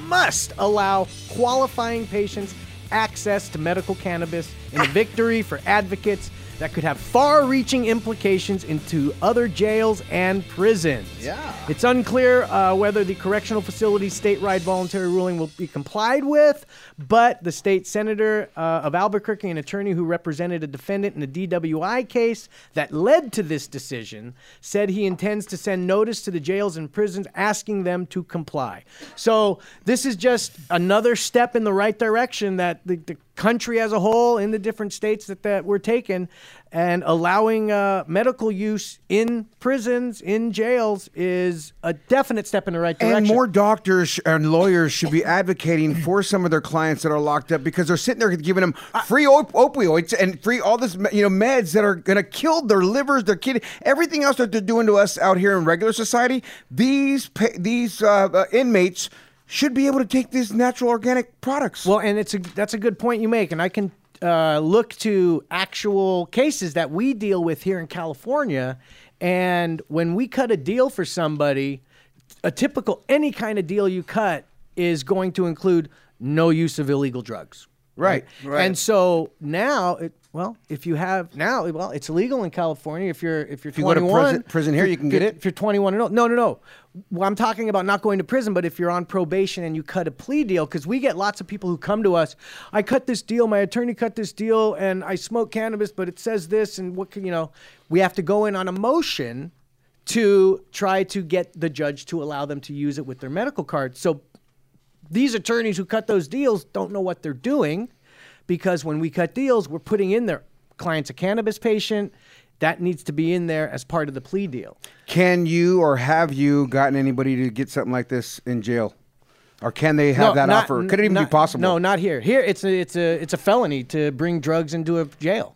[SPEAKER 4] must allow qualifying patients access to medical cannabis in a victory for advocates that could have far reaching implications into other jails and prisons.
[SPEAKER 2] Yeah.
[SPEAKER 4] It's unclear uh, whether the correctional facility's statewide voluntary ruling will be complied with, but the state senator uh, of Albuquerque, an attorney who represented a defendant in a DWI case that led to this decision, said he intends to send notice to the jails and prisons asking them to comply. So this is just another step in the right direction that the, the country as a whole in the different states that, that we're taking and allowing uh, medical use in prisons in jails is a definite step in the right direction
[SPEAKER 3] And more doctors sh- and lawyers should be advocating for some of their clients that are locked up because they're sitting there giving them free op- opioids and free all this me- you know meds that are going to kill their livers, their kidney, everything else that they're doing to us out here in regular society. These pa- these uh, uh, inmates should be able to take these natural organic products.
[SPEAKER 4] Well, and it's a that's a good point you make, and I can uh, look to actual cases that we deal with here in California, and when we cut a deal for somebody, a typical any kind of deal you cut is going to include no use of illegal drugs.
[SPEAKER 3] Right.
[SPEAKER 2] Right.
[SPEAKER 4] And so now it. Well, if you have now, well, it's illegal in California. If you're if you're
[SPEAKER 3] you go to
[SPEAKER 4] 21,
[SPEAKER 3] prison- prison here,
[SPEAKER 4] if
[SPEAKER 3] you can
[SPEAKER 4] you're-
[SPEAKER 3] get it?
[SPEAKER 4] If you're 21 and old, no, no, no. Well, I'm talking about not going to prison, but if you're on probation and you cut a plea deal, because we get lots of people who come to us. I cut this deal. My attorney cut this deal, and I smoke cannabis, but it says this, and what can you know? We have to go in on a motion to try to get the judge to allow them to use it with their medical card. So these attorneys who cut those deals don't know what they're doing because when we cut deals, we're putting in their client's a cannabis patient. That needs to be in there as part of the plea deal.
[SPEAKER 3] Can you or have you gotten anybody to get something like this in jail? Or can they have that
[SPEAKER 4] not-
[SPEAKER 3] offer? Could it even
[SPEAKER 4] not-
[SPEAKER 3] be possible?
[SPEAKER 4] No, not here. Here, it's a, it's a, it's a felony to bring drugs into a jail.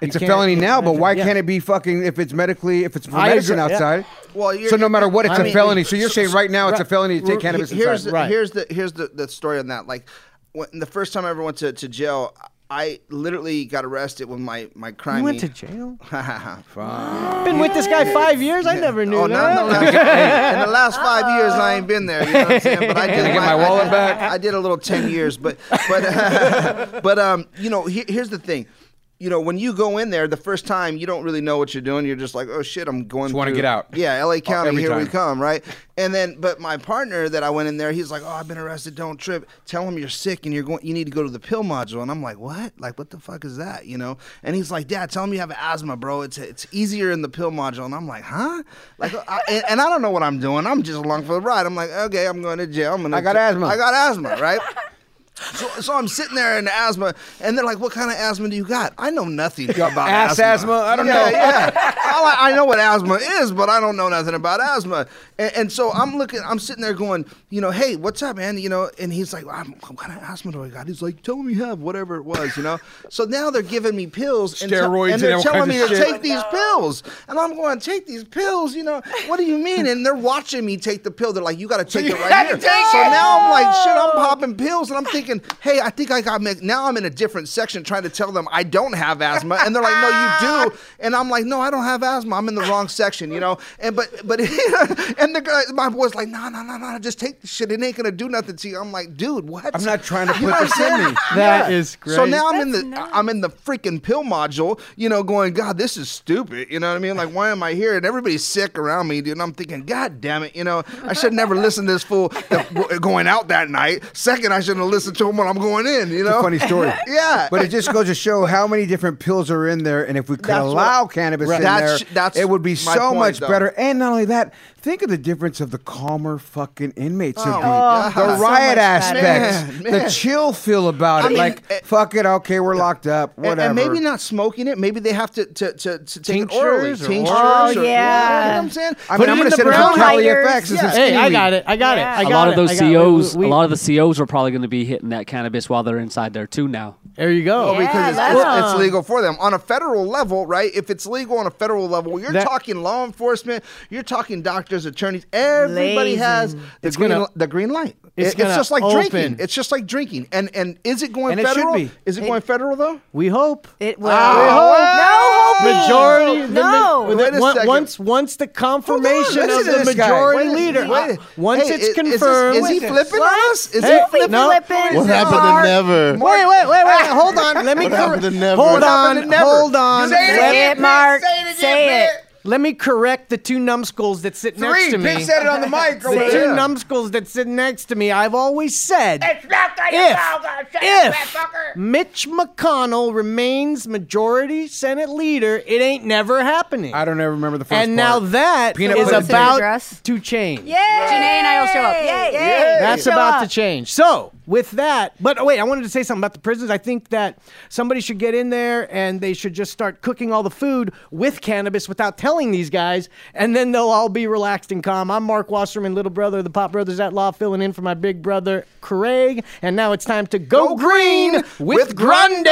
[SPEAKER 3] It's
[SPEAKER 4] You
[SPEAKER 3] a
[SPEAKER 4] can't-
[SPEAKER 3] felony now, but why
[SPEAKER 4] yeah.
[SPEAKER 3] can't it be fucking if it's medically if it's for
[SPEAKER 4] I
[SPEAKER 3] medicine
[SPEAKER 4] agree, yeah.
[SPEAKER 3] outside?
[SPEAKER 2] Well, you're-
[SPEAKER 3] so no matter what, it's
[SPEAKER 2] I
[SPEAKER 3] a
[SPEAKER 2] mean,
[SPEAKER 3] felony. So you're saying right now it's a
[SPEAKER 4] right.
[SPEAKER 3] felony to
[SPEAKER 2] Well,
[SPEAKER 3] take cannabis
[SPEAKER 2] he- here's
[SPEAKER 3] inside?
[SPEAKER 2] The,
[SPEAKER 4] Right.
[SPEAKER 2] Here's the here's the, the story on that. Like when, the first time I ever went to, to jail, I literally got arrested when my my crime.
[SPEAKER 4] You went to jail. Been with this guy five years. I never knew
[SPEAKER 2] Oh,
[SPEAKER 4] that.
[SPEAKER 2] no, no, no. In the last five years, I ain't been there. You know what I'm saying? But I did
[SPEAKER 3] I get my wallet
[SPEAKER 2] I,
[SPEAKER 3] back?
[SPEAKER 2] I did a little ten years, but but but um, you know, he- here's the thing. You know, when you go in there the first time, you don't really know what you're doing. You're just like, oh shit, I'm going.
[SPEAKER 3] Just wanna
[SPEAKER 2] through-
[SPEAKER 3] get out.
[SPEAKER 2] Yeah, LA County,
[SPEAKER 3] every
[SPEAKER 2] here we
[SPEAKER 3] time.
[SPEAKER 2] come, right? And then, but my partner that I went in there, he's like, oh, I've been arrested. Don't trip. Tell him you're sick and you're going. You need to go to the pill module. And I'm like, what? Like, what the fuck is that? You know? And he's like, Dad, tell him you have asthma, bro. It's it's easier in the pill module. And I'm like, huh? Like, I, and, and I don't know what I'm doing. I'm just along for the ride. I'm like, okay, I'm going to jail. I'm gonna.
[SPEAKER 3] I got asthma.
[SPEAKER 2] I got asthma, right? So, so I'm sitting there in asthma, and they're like, "What kind of asthma do you got?" I know nothing about
[SPEAKER 3] ass
[SPEAKER 2] asthma.
[SPEAKER 3] asthma? I don't
[SPEAKER 2] Yeah,
[SPEAKER 3] know.
[SPEAKER 2] Yeah, All I, I know what asthma is, but I don't know nothing about asthma. And, and so I'm looking, I'm sitting there going, you know, hey, what's up, man? You know, and he's like, I'm, what kind of asthma do I got? He's like, tell me you have whatever it was, you know. So now they're giving me pills, and, tell-
[SPEAKER 3] Steroids
[SPEAKER 2] and they're
[SPEAKER 3] and all
[SPEAKER 2] telling
[SPEAKER 3] kinds
[SPEAKER 2] me to
[SPEAKER 3] of shit.
[SPEAKER 2] take these pills, and I'm going, take these pills, you know? What do you mean? And they're watching me take the pill. They're like, you got to take
[SPEAKER 3] you
[SPEAKER 2] it right
[SPEAKER 3] had
[SPEAKER 2] here.
[SPEAKER 3] to take
[SPEAKER 2] so
[SPEAKER 3] it.
[SPEAKER 2] now I'm like, shit, I'm popping pills, and I'm thinking, hey, I think I got. me- Now I'm in a different section trying to tell them I don't have asthma, and they're like, no, you do, and I'm like, no, I don't have asthma. I'm in the wrong section, you know. And but but and the guy, my boy's like, no, no, no, no, just take the shit. It ain't gonna do nothing to you. I'm like, dude, what?
[SPEAKER 3] I'm not trying to
[SPEAKER 2] You
[SPEAKER 3] put
[SPEAKER 2] know
[SPEAKER 3] this
[SPEAKER 2] what
[SPEAKER 3] in
[SPEAKER 2] I'm saying?
[SPEAKER 3] me. That
[SPEAKER 2] Yeah.
[SPEAKER 3] is
[SPEAKER 2] So
[SPEAKER 3] great.
[SPEAKER 2] now I'm in the I'm in the freaking pill module, you know, going, God, this is stupid. You know what I mean? Like, why am I here? And everybody's sick around me, dude. And I'm thinking, God damn it, you know, I should never listen to this fool that- w- going out that night. Second, I shouldn't have listened to him when I'm going in. You know,
[SPEAKER 3] It's a funny story.
[SPEAKER 2] yeah,
[SPEAKER 3] But it just goes to show how many different pills are in there, and if we could
[SPEAKER 2] That's
[SPEAKER 3] allow
[SPEAKER 2] what-
[SPEAKER 3] cannabis
[SPEAKER 2] Right.
[SPEAKER 3] in
[SPEAKER 2] That's-
[SPEAKER 3] there,
[SPEAKER 2] that's
[SPEAKER 3] it would be
[SPEAKER 2] my
[SPEAKER 3] so
[SPEAKER 2] point,
[SPEAKER 3] much
[SPEAKER 2] though.
[SPEAKER 3] better. And not only that, think of the difference of the calmer fucking inmates.
[SPEAKER 2] Oh,
[SPEAKER 3] would be.
[SPEAKER 2] my God.
[SPEAKER 3] the
[SPEAKER 2] So
[SPEAKER 3] riot
[SPEAKER 2] much better.
[SPEAKER 3] aspect,
[SPEAKER 2] Man, man.
[SPEAKER 3] the chill feel about
[SPEAKER 2] I
[SPEAKER 3] it.
[SPEAKER 2] mean,
[SPEAKER 3] like,
[SPEAKER 2] it-
[SPEAKER 3] fuck it, okay, we're locked up,
[SPEAKER 2] And-
[SPEAKER 3] whatever.
[SPEAKER 2] And, maybe not smoking it. Maybe they have to to to, to take it orally.
[SPEAKER 4] Tinctures or
[SPEAKER 2] Tinctures
[SPEAKER 4] oils.
[SPEAKER 2] or-
[SPEAKER 4] Oh,
[SPEAKER 2] you know
[SPEAKER 4] yeah.
[SPEAKER 2] what I'm saying.
[SPEAKER 3] I mean, I'm going to sit in
[SPEAKER 4] brown
[SPEAKER 3] Cali
[SPEAKER 4] lighters.
[SPEAKER 3] FX. and some
[SPEAKER 10] Hey,
[SPEAKER 3] skinny
[SPEAKER 10] I
[SPEAKER 3] weed.
[SPEAKER 10] got it. I got it. I
[SPEAKER 11] a
[SPEAKER 10] got
[SPEAKER 11] lot
[SPEAKER 10] it.
[SPEAKER 11] of those
[SPEAKER 10] I got it.
[SPEAKER 11] COs,
[SPEAKER 10] We-
[SPEAKER 11] a lot of the COs are probably going to be hitting that cannabis while they're inside there too. Now,
[SPEAKER 10] There you go.
[SPEAKER 2] Well, because it's,
[SPEAKER 11] that's
[SPEAKER 2] it's-
[SPEAKER 11] what-
[SPEAKER 2] it's legal for them on a federal level, right? If it's legal on a federal level, you're
[SPEAKER 10] That-
[SPEAKER 2] talking law enforcement, you're talking doctors, attorneys. Everybody
[SPEAKER 10] Blazing.
[SPEAKER 2] has the
[SPEAKER 10] It's
[SPEAKER 2] green
[SPEAKER 10] gonna-
[SPEAKER 2] li- the green light.
[SPEAKER 10] it's
[SPEAKER 2] It-
[SPEAKER 10] gonna
[SPEAKER 2] just like
[SPEAKER 10] open.
[SPEAKER 2] drinking. It's just like drinking. And and is it going
[SPEAKER 4] And it should
[SPEAKER 2] federal?
[SPEAKER 4] be.
[SPEAKER 2] Is it, going federal though? Ah.
[SPEAKER 4] We hope
[SPEAKER 7] it
[SPEAKER 2] will.
[SPEAKER 4] Ah,
[SPEAKER 2] Oh,
[SPEAKER 4] no
[SPEAKER 2] hoping.
[SPEAKER 4] majority. the ma-
[SPEAKER 2] No.
[SPEAKER 4] the-
[SPEAKER 2] Wait a
[SPEAKER 4] on-
[SPEAKER 2] second.
[SPEAKER 4] once once the confirmation
[SPEAKER 2] Listen to
[SPEAKER 4] of the
[SPEAKER 2] this guy.
[SPEAKER 4] majority
[SPEAKER 2] Wait a-
[SPEAKER 4] leader,
[SPEAKER 2] wait a-
[SPEAKER 4] once
[SPEAKER 2] Hey,
[SPEAKER 4] it's
[SPEAKER 2] i- is this-
[SPEAKER 4] confirmed,
[SPEAKER 2] is he flipping on us? Is
[SPEAKER 4] Hey,
[SPEAKER 2] he flipping?
[SPEAKER 4] no.
[SPEAKER 6] What happened to never?
[SPEAKER 4] Wait, wait, wait, wait. Hold on. Let me.
[SPEAKER 6] What happened to never?
[SPEAKER 4] Hold
[SPEAKER 6] What happened
[SPEAKER 4] on.
[SPEAKER 6] to never?
[SPEAKER 4] Hold on.
[SPEAKER 6] Say it
[SPEAKER 4] Let-
[SPEAKER 6] again, Pitt.
[SPEAKER 4] Mark.
[SPEAKER 6] Say it again,
[SPEAKER 4] Say it.
[SPEAKER 6] Pitt.
[SPEAKER 4] Let me correct the two numbskulls that sit
[SPEAKER 3] Three.
[SPEAKER 4] next to me.
[SPEAKER 3] Pitt said it on the mic over
[SPEAKER 4] The
[SPEAKER 3] there.
[SPEAKER 4] two numbskulls that sit next to me. I've always said. It's not
[SPEAKER 12] like
[SPEAKER 4] if,
[SPEAKER 12] a dog. Shut up,
[SPEAKER 4] if Mitch McConnell remains majority Senate leader, it ain't never happening. I
[SPEAKER 3] don't ever remember the first
[SPEAKER 4] And now
[SPEAKER 3] part.
[SPEAKER 4] that is
[SPEAKER 3] Peanut butter.
[SPEAKER 4] about to change.
[SPEAKER 5] Yay! Janae and I will show up. Yay!
[SPEAKER 4] That's
[SPEAKER 5] Show
[SPEAKER 4] about
[SPEAKER 5] up.
[SPEAKER 4] to change. So, with that, but oh, wait, I wanted to say something about the prisons. I think that somebody should get in there and they should just start cooking all the food with cannabis without telling these guys, and then they'll all be relaxed and calm. I'm Mark Wasserman, little brother of the Pop Brothers at Law, filling in for my big brother, Craig. And now it's time to go, green, with, Grundy.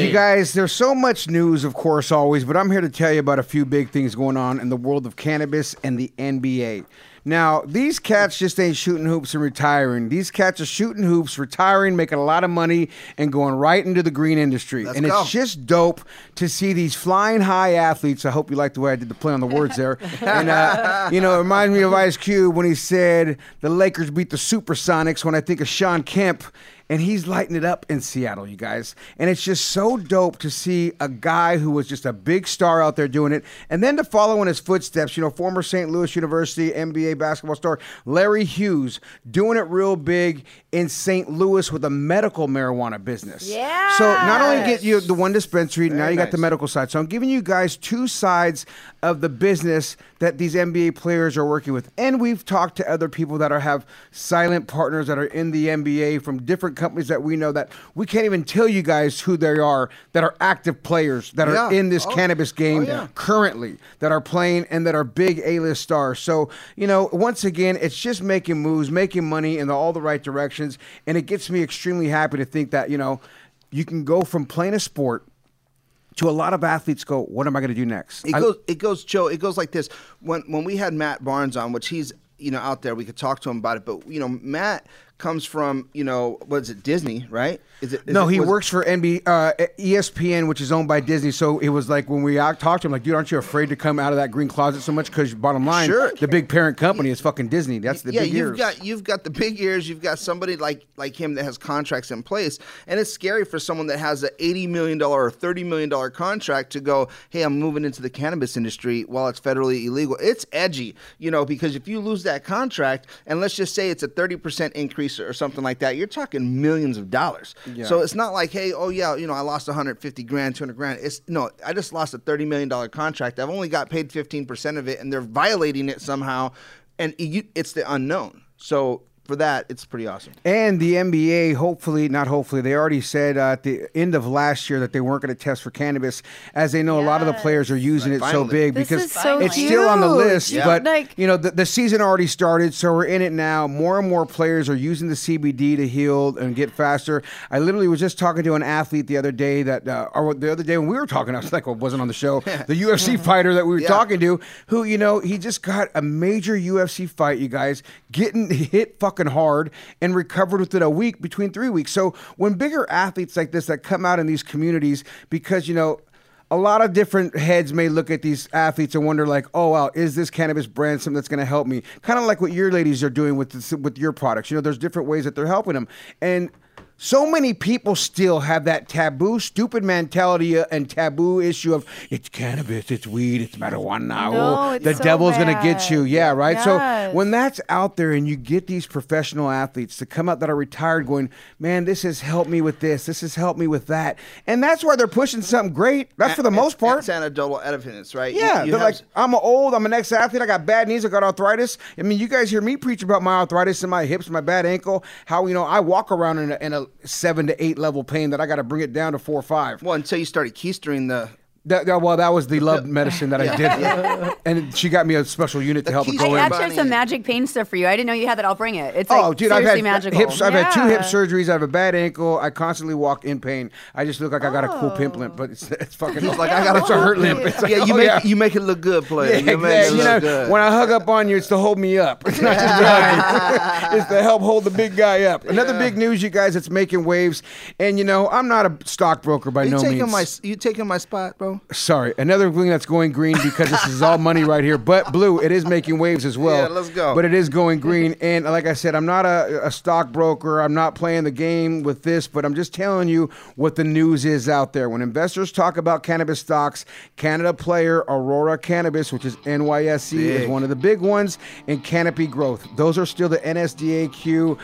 [SPEAKER 3] You guys, there's so much news, of course, always, but I'm here to tell you about a few big things going on in the world of cannabis and the NBA. Now, these cats just ain't shooting hoops and retiring. These cats are shooting hoops, retiring, making a lot of money, and going right into the green industry. and
[SPEAKER 2] go.
[SPEAKER 3] it's just dope to see these flying high athletes. I hope you like the way I did the play on the words there. and, uh, you know, it reminds me of Ice Cube when he said, The Lakers beat the Supersonics when I think of Sean Kemp and he's lighting it up in Seattle, you guys. And it's just so dope to see a guy who was just a big star out there doing it. And then to follow in his footsteps, you know, former St. Louis University NBA basketball star Larry Hughes doing it real big in St. Louis with a medical marijuana business. Yeah. So not only get you the one dispensary, now you got the medical side. So I'm giving you guys two sides of the business that these NBA players are working with. And we've talked to other people that are have silent partners that are in the NBA from different companies that we know that we can't even tell you guys who they are that are active players that are
[SPEAKER 2] Yeah.
[SPEAKER 3] in this
[SPEAKER 2] Oh.
[SPEAKER 3] cannabis game
[SPEAKER 2] Oh, yeah.
[SPEAKER 3] currently that are playing and that are big A-list stars. So, you know, once again, it's just making moves, making money in the, all the right directions. And it gets me extremely happy to think that, you know, you can go from playing a sport to a lot of athletes go, what am I going to do next?
[SPEAKER 2] It
[SPEAKER 3] I-
[SPEAKER 2] goes, it goes, Joe. It goes like this. When when we had Matt Barnes on, which he's you know out there, we could talk to him about it. But you know, Matt comes from you know what is it Disney, right? Is it is
[SPEAKER 3] no,
[SPEAKER 2] it-
[SPEAKER 3] he
[SPEAKER 2] was-
[SPEAKER 3] works for NB, uh, ESPN, which is owned by Disney. So it was like when we out- talked to him, like, dude, aren't you afraid to come out of that green closet so much? Because bottom line,
[SPEAKER 2] Sure.
[SPEAKER 3] the big parent company is fucking Disney. That's the
[SPEAKER 2] yeah,
[SPEAKER 3] big
[SPEAKER 2] you've
[SPEAKER 3] years.
[SPEAKER 2] got you've got the big ears. You've got somebody like like him that has contracts in place, and it's scary for someone that has a eighty million dollar or thirty million dollar contract to go. Hey, I'm moving into the cannabis industry while it's federally illegal. It's edgy, you know, because if you lose that contract, and let's just say it's a thirty percent increase or something like that, you're talking millions of dollars.
[SPEAKER 3] Yeah.
[SPEAKER 2] So it's not like, hey, oh yeah, you know, I lost 150 grand, 200 grand. It's no, I just lost a 30 million dollar contract. I've only got paid 15 percent of it, and they're violating it somehow, and you, it's the unknown. So for that, it's pretty awesome.
[SPEAKER 3] And the NBA, hopefully, not hopefully, they already said uh, at the end of last year that they weren't going to test for cannabis, as they know a lot of the players are using it so
[SPEAKER 2] finally.
[SPEAKER 3] big
[SPEAKER 2] This
[SPEAKER 3] because
[SPEAKER 2] is so
[SPEAKER 3] it's still on the
[SPEAKER 2] huge.
[SPEAKER 3] list.
[SPEAKER 2] Yeah.
[SPEAKER 3] But
[SPEAKER 2] Like-
[SPEAKER 3] you know, the, the season already started, so we're in it now. More and more players are using the CBD to heal and get faster. I literally was just talking to an athlete the other day that, uh, or the other day when we were talking, I was like, well, it wasn't on the show, the UFC fighter that we were
[SPEAKER 2] Yeah.
[SPEAKER 3] talking to, who, you know, he just got a major UFC fight, you guys, getting hit fucking hard and recovered within a week, between three weeks. So when bigger athletes like this that come out in these communities, because, you know, a lot of different heads may look at these athletes and wonder, like, oh wow, is this cannabis brand something that's going to help me? Kind of like what your ladies are doing with this, with your products. You know, there's different ways that they're helping them, and so many people still have that taboo, stupid mentality uh, and taboo issue of it's cannabis, it's weed, it's marijuana.
[SPEAKER 10] No,
[SPEAKER 3] oh,
[SPEAKER 10] it's
[SPEAKER 3] the
[SPEAKER 10] so
[SPEAKER 3] devil's going to get
[SPEAKER 10] bad.
[SPEAKER 3] you. Yeah, right. So
[SPEAKER 10] Yes.
[SPEAKER 3] when that's out there and you get these professional athletes to come out that are retired going, man, this has helped me with this, this has helped me with that. And that's why they're pushing something great. That's for the most part.
[SPEAKER 2] It's anecdotal evidence, right? You-
[SPEAKER 3] Yeah,
[SPEAKER 2] you
[SPEAKER 3] they're
[SPEAKER 2] have-
[SPEAKER 3] like, I'm an old, I'm an ex athlete, I got bad knees, I got arthritis. I mean, you guys hear me preach about my arthritis and my hips, my bad ankle, how, you know, I walk around in a, in a seven to eight level pain that I got to bring it down to four or five.
[SPEAKER 2] Well, until you started keistering the.
[SPEAKER 3] That, that- well, that was the love medicine that I
[SPEAKER 2] Yeah.
[SPEAKER 3] did. And she got me a special unit to help it go
[SPEAKER 5] I
[SPEAKER 3] in.
[SPEAKER 5] actually have some magic pain stuff for you. I didn't know you had that. I'll bring it. It's like
[SPEAKER 3] Oh, dude, I've
[SPEAKER 5] seriously
[SPEAKER 3] had
[SPEAKER 5] magical.
[SPEAKER 3] hips. I've had two
[SPEAKER 5] Yeah.
[SPEAKER 3] hip surgeries. I have a bad ankle. I constantly walk in pain. I just look like I got a cool pimp limp, but it's, it's fucking.
[SPEAKER 2] He's like, I got a
[SPEAKER 3] it's a hurt limp. It's like,
[SPEAKER 2] yeah, you
[SPEAKER 3] oh,
[SPEAKER 2] make
[SPEAKER 3] yeah.
[SPEAKER 2] you make it look good, player.
[SPEAKER 3] Yeah,
[SPEAKER 2] you
[SPEAKER 3] exact-
[SPEAKER 2] make it
[SPEAKER 3] you
[SPEAKER 2] look
[SPEAKER 3] know,
[SPEAKER 2] good.
[SPEAKER 3] when I hug up on you, it's to hold me up. It's not just to hug you. It's to help hold the big guy up. Another big news, you guys, it's making waves. And you know, I'm not a stockbroker by
[SPEAKER 2] you
[SPEAKER 3] no
[SPEAKER 2] taking
[SPEAKER 3] means.
[SPEAKER 2] my you taking my spot, bro?
[SPEAKER 3] Sorry, another thing that's going green because this is all money right here. But blue, it is making waves as well.
[SPEAKER 2] Yeah, let's go.
[SPEAKER 3] But it is going green, and like I said, I'm not a, a stockbroker. I'm not playing the game with this, but I'm just telling you what the news is out there. When investors talk about cannabis stocks, Canada Player, Aurora Cannabis, which is NYSE, E, is
[SPEAKER 10] Big.
[SPEAKER 3] one of the big ones, and Canopy Growth. Those are still the NSDAQ,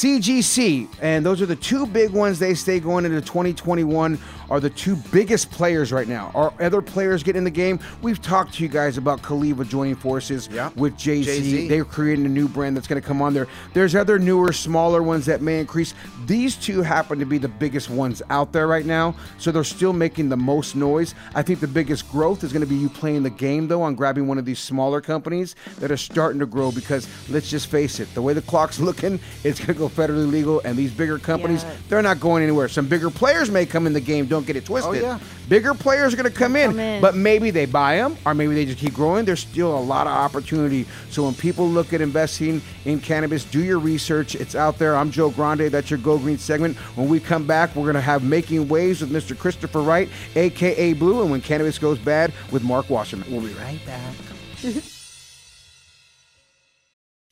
[SPEAKER 3] CGC, and those are the two big ones they stay going into 2021 are the two biggest players right now. Are other players getting in the game? We've talked to you guys about Kaliva joining forces with Jay Z.
[SPEAKER 2] Jay-Z.
[SPEAKER 3] They're creating a new brand that's going to come on there. There's other newer, smaller ones that may increase. These two happen to be the biggest ones out there right now, so they're still making the most noise. I think the biggest growth is going to be you playing the game though on grabbing one of these smaller companies that are starting to grow because let's just face it, the way the clock's looking, it's going to go federally legal, and these bigger companies,
[SPEAKER 10] Yeah.
[SPEAKER 3] they're not going anywhere. Some bigger players may come in the game. Don't get it twisted.
[SPEAKER 10] Oh, yeah.
[SPEAKER 3] Bigger players are going to come in,
[SPEAKER 10] in.
[SPEAKER 3] but maybe they buy them or maybe they just keep growing. There's still a lot of opportunity. So when people look at investing in cannabis, do your research. It's out there. I'm Joe Grande. That's your Go Green segment. When we come back, we're going to have Making Waves with Mr. Christopher Wright, aka Blue, and When Cannabis Goes Bad with Mark Wasserman. We'll be right back.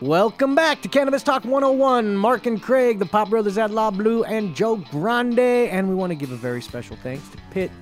[SPEAKER 4] Welcome back to Cannabis Talk 101. Mark and Craig, the Pop Brothers at La Blue, and Joe Grande. And we want to give a very special thanks to Pitt,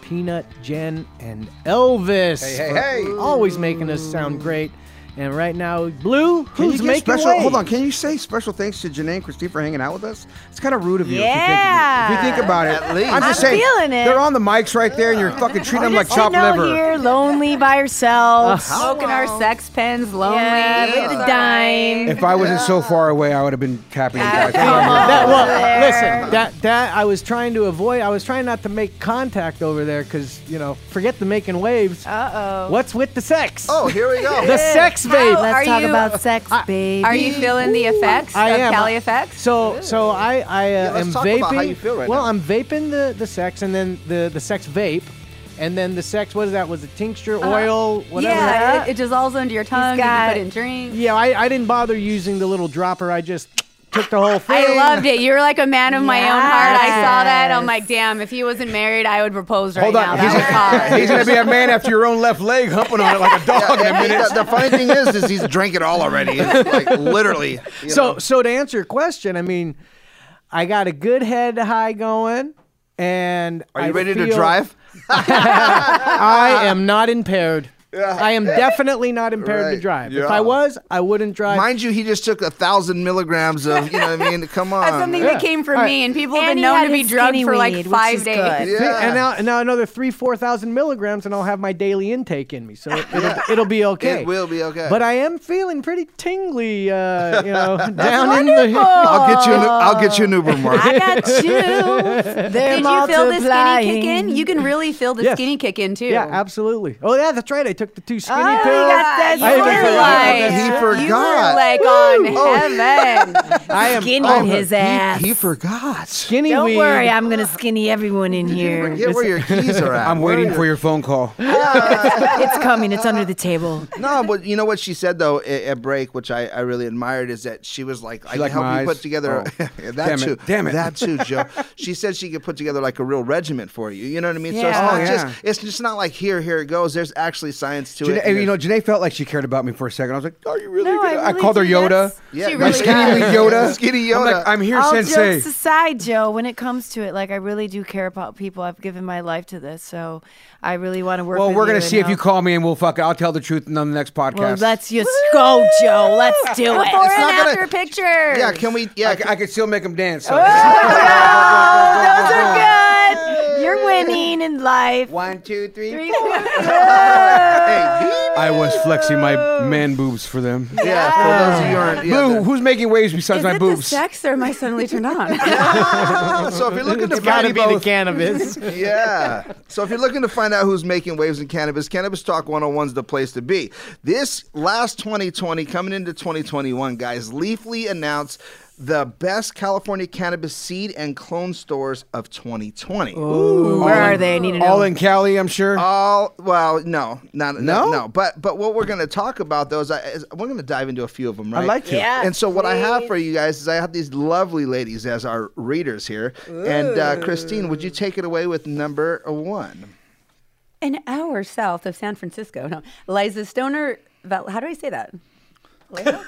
[SPEAKER 4] Peanut, Jen, and Elvis.
[SPEAKER 3] Hey, hey,
[SPEAKER 4] for
[SPEAKER 3] hey.
[SPEAKER 4] Always making us sound great. And right now, Blue,
[SPEAKER 3] Can you
[SPEAKER 4] who's
[SPEAKER 3] give
[SPEAKER 4] making
[SPEAKER 3] special?
[SPEAKER 4] waves?
[SPEAKER 3] Hold on, can you say special thanks to Janae and Christine for hanging out with us? It's kind of rude of you.
[SPEAKER 7] Yeah.
[SPEAKER 3] If you think, about it,
[SPEAKER 7] At least.
[SPEAKER 3] I'm just
[SPEAKER 7] I'm
[SPEAKER 3] saying,
[SPEAKER 7] feeling it.
[SPEAKER 3] they're on the mics right there, and you're fucking
[SPEAKER 4] Oh,
[SPEAKER 3] treating them like
[SPEAKER 7] Sitting
[SPEAKER 3] chopped
[SPEAKER 7] out
[SPEAKER 3] liver.
[SPEAKER 7] here, lonely by ourselves,
[SPEAKER 3] Uh-huh.
[SPEAKER 7] smoking our sex pens, lonely.
[SPEAKER 5] Yeah.
[SPEAKER 7] Yeah, the dime.
[SPEAKER 3] If I wasn't so far away, I would have been tapping you guys.
[SPEAKER 4] that, well,
[SPEAKER 7] there.
[SPEAKER 4] listen, that that I was trying to avoid. I was trying not to make contact over there because you know, forget the making waves. Uh oh. What's with the sex?
[SPEAKER 2] Oh, here we go.
[SPEAKER 4] the sex vape.
[SPEAKER 7] Let's talk about sex, babe.
[SPEAKER 5] uh, Are you feeling the effects
[SPEAKER 4] I
[SPEAKER 5] of
[SPEAKER 4] am.
[SPEAKER 5] Cali effects?
[SPEAKER 4] So, so I, I uh,
[SPEAKER 5] let's
[SPEAKER 4] am
[SPEAKER 5] talk
[SPEAKER 4] vaping.
[SPEAKER 5] about how you feel right
[SPEAKER 4] well,
[SPEAKER 5] now.
[SPEAKER 4] I'm vaping the, the sex, and then the, the sex vape, and then the sex. What is that? Was it tincture,
[SPEAKER 5] Uh-huh.
[SPEAKER 4] oil, whatever?
[SPEAKER 5] Yeah, it, it dissolves under your tongue. you
[SPEAKER 4] got-
[SPEAKER 5] can put in drinks.
[SPEAKER 4] Yeah, I, I didn't bother using the little dropper. I just took the whole thing.
[SPEAKER 5] I loved it. You're like a man of my own heart. I saw that. I'm
[SPEAKER 4] Yes.
[SPEAKER 5] like, damn, if he wasn't married, I would propose right
[SPEAKER 3] Hold
[SPEAKER 5] now.
[SPEAKER 3] on,
[SPEAKER 5] That was hot.
[SPEAKER 3] he's gonna be a man after your own left leg, humping on it like a dog in a minute.
[SPEAKER 2] The, the funny thing is, is he's drank it all already. It's like literally. you
[SPEAKER 4] so
[SPEAKER 2] know.
[SPEAKER 4] so to answer your question, I mean, I got a good head high going, and
[SPEAKER 2] Are you
[SPEAKER 4] I
[SPEAKER 2] ready to
[SPEAKER 4] feel-
[SPEAKER 2] drive?
[SPEAKER 4] I am not impaired. I am definitely not impaired to
[SPEAKER 2] Right.
[SPEAKER 4] drive. If
[SPEAKER 2] Yeah.
[SPEAKER 4] I was, I wouldn't drive.
[SPEAKER 2] Mind you, he just took a thousand milligrams of, you know what I mean? Come on.
[SPEAKER 5] That's something that came from
[SPEAKER 4] All right.
[SPEAKER 5] me, and people have
[SPEAKER 7] And
[SPEAKER 5] been
[SPEAKER 7] he
[SPEAKER 5] known
[SPEAKER 7] had
[SPEAKER 5] to be
[SPEAKER 7] his
[SPEAKER 5] drugged
[SPEAKER 7] skinny
[SPEAKER 5] for like
[SPEAKER 7] weed, which
[SPEAKER 5] five
[SPEAKER 7] is
[SPEAKER 5] days.
[SPEAKER 7] good.
[SPEAKER 4] See, And now, and now another three, four thousand milligrams, and I'll have my daily intake in me, so it, will it'll be okay.
[SPEAKER 2] It will be okay.
[SPEAKER 4] But I am feeling pretty tingly, uh, you know, down in the.
[SPEAKER 2] I'll get you. An, I'll get you an Uber, Mark.
[SPEAKER 5] I got you.
[SPEAKER 7] They're
[SPEAKER 5] Did you feel the skinny kick
[SPEAKER 7] multiplying.
[SPEAKER 5] in? You can really feel the
[SPEAKER 4] Yes.
[SPEAKER 5] skinny kick in too.
[SPEAKER 4] Yeah, absolutely. Oh yeah, that's right. I took the two skinny
[SPEAKER 5] Oh, you
[SPEAKER 4] pills.
[SPEAKER 5] got that
[SPEAKER 4] I even
[SPEAKER 5] skinny
[SPEAKER 4] forgot about
[SPEAKER 5] light.
[SPEAKER 4] that shit.
[SPEAKER 2] He forgot.
[SPEAKER 7] Oh.
[SPEAKER 5] Like on heaven.
[SPEAKER 4] I am
[SPEAKER 7] Skinny
[SPEAKER 4] I'm
[SPEAKER 7] his
[SPEAKER 4] a
[SPEAKER 7] ass.
[SPEAKER 2] He forgot.
[SPEAKER 4] Skinny
[SPEAKER 7] Don't
[SPEAKER 4] weed.
[SPEAKER 7] worry, I'm gonna skinny everyone in here.
[SPEAKER 2] Get where your keys are at.
[SPEAKER 3] I'm waiting for your phone call.
[SPEAKER 7] It's coming. It's under the table.
[SPEAKER 2] No, but you know what she said though at, at break, which I, I really admired, is that she was like, I
[SPEAKER 3] like
[SPEAKER 2] can help
[SPEAKER 3] my
[SPEAKER 2] you put
[SPEAKER 3] eyes?
[SPEAKER 2] together
[SPEAKER 3] Oh.
[SPEAKER 2] that
[SPEAKER 3] Damn it.
[SPEAKER 2] too,
[SPEAKER 3] Damn it.
[SPEAKER 2] that too, Joe. she said she could put together like a real regiment for you. You know what I mean? So it's
[SPEAKER 7] Yeah.
[SPEAKER 2] not
[SPEAKER 3] Oh, yeah.
[SPEAKER 2] just it's just not like here here it goes. There's actually science to
[SPEAKER 3] Janae,
[SPEAKER 2] it.
[SPEAKER 3] and, you know, Janae felt like she cared about me for a second. I was like, "Are you really?"
[SPEAKER 7] No,
[SPEAKER 3] gonna-
[SPEAKER 7] I really
[SPEAKER 3] called her
[SPEAKER 7] do.
[SPEAKER 3] Yoda.
[SPEAKER 7] That's-
[SPEAKER 2] Yeah,
[SPEAKER 7] she
[SPEAKER 2] my
[SPEAKER 7] really
[SPEAKER 3] Skinny
[SPEAKER 7] does.
[SPEAKER 3] weed Yoda.
[SPEAKER 2] Skinny
[SPEAKER 3] I'm
[SPEAKER 2] Yoda.
[SPEAKER 3] like, I'm here,
[SPEAKER 7] All
[SPEAKER 3] Sensei.
[SPEAKER 7] jokes aside, Joe, when it comes to it, like I really do care about people. I've given my life to this, so I really want to work.
[SPEAKER 3] Well,
[SPEAKER 7] with
[SPEAKER 3] we're
[SPEAKER 7] you
[SPEAKER 3] gonna
[SPEAKER 7] and
[SPEAKER 3] see if you
[SPEAKER 7] help.
[SPEAKER 3] call me, and we'll fuck. it. I'll tell the truth on the next podcast.
[SPEAKER 7] Well, let's just go, Joe. Let's do it.
[SPEAKER 5] Before and
[SPEAKER 2] not gonna-
[SPEAKER 5] after pictures.
[SPEAKER 2] yeah, can we? Yeah,
[SPEAKER 3] I, c- I could still make them dance. So.
[SPEAKER 7] Oh, Those are good. You're winning in life.
[SPEAKER 3] One, two, three.
[SPEAKER 7] Three, four.
[SPEAKER 2] hey,
[SPEAKER 3] I was flexing my man boobs for them.
[SPEAKER 2] yeah. For those of you who aren't, yeah,
[SPEAKER 3] Blue, who's making waves besides
[SPEAKER 5] Is
[SPEAKER 3] my
[SPEAKER 5] it the
[SPEAKER 3] boobs?
[SPEAKER 5] sex or am I suddenly turned on?
[SPEAKER 2] that- so if you're looking to
[SPEAKER 4] It's got
[SPEAKER 2] find
[SPEAKER 4] to be the cannabis.
[SPEAKER 2] yeah. So if you're looking to find out who's making waves in cannabis, Cannabis Talk 101 is the place to be. This last 2020, coming into 2021, guys, Leafly announced the best California cannabis seed and clone stores of 2020.
[SPEAKER 7] Ooh. Where are they? I need to know.
[SPEAKER 2] All in Cali, I'm sure. All well, no, not no, no. But but what we're going to talk about though is, I, is we're going to dive into a few of them, right?
[SPEAKER 3] I'd like to. Yeah,
[SPEAKER 2] and so what I have for you guys is I have these lovely ladies as our readers here, and uh, Christine, would you take it away with number one?
[SPEAKER 5] An hour south of San Francisco. No, Liza Stoner. Val- How do I say that? Vallejo?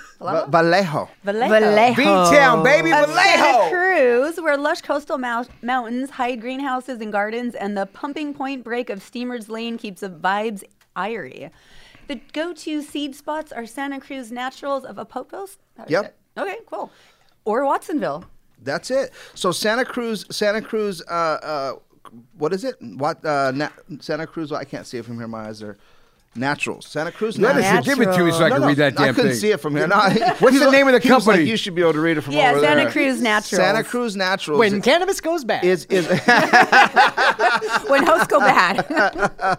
[SPEAKER 5] Vallejo?
[SPEAKER 2] Vallejo.
[SPEAKER 5] Vallejo.
[SPEAKER 2] B-town, baby,
[SPEAKER 5] Of Santa
[SPEAKER 2] Vallejo.
[SPEAKER 5] Cruz, where lush coastal mou- mountains hide greenhouses and gardens, and the pumping point break of Steamer's Lane keeps the vibes eerie. The go-to seed spots are Santa Cruz Naturals of Apopos.
[SPEAKER 2] Yep.
[SPEAKER 5] Okay, cool. Or Watsonville.
[SPEAKER 2] That's it. So Santa Cruz, Santa Cruz, uh, uh, what is it? What uh, na- Santa Cruz? I can't see it from here. My eyes are natural. Santa Cruz.
[SPEAKER 3] Let us give it to you so I
[SPEAKER 2] No,
[SPEAKER 3] can
[SPEAKER 2] no,
[SPEAKER 3] read that
[SPEAKER 2] I
[SPEAKER 3] damn
[SPEAKER 2] couldn't
[SPEAKER 3] thing.
[SPEAKER 2] see it from here. No, I-
[SPEAKER 3] What's
[SPEAKER 2] he
[SPEAKER 3] the
[SPEAKER 2] was-
[SPEAKER 3] name of the
[SPEAKER 2] he was like,
[SPEAKER 3] company?
[SPEAKER 2] you should be able to read it from
[SPEAKER 5] Yeah,
[SPEAKER 2] over
[SPEAKER 5] Santa
[SPEAKER 2] there.
[SPEAKER 5] Cruz Naturals.
[SPEAKER 2] Santa Cruz Naturals.
[SPEAKER 4] When cannabis goes bad.
[SPEAKER 2] Is is
[SPEAKER 5] when hosts go bad.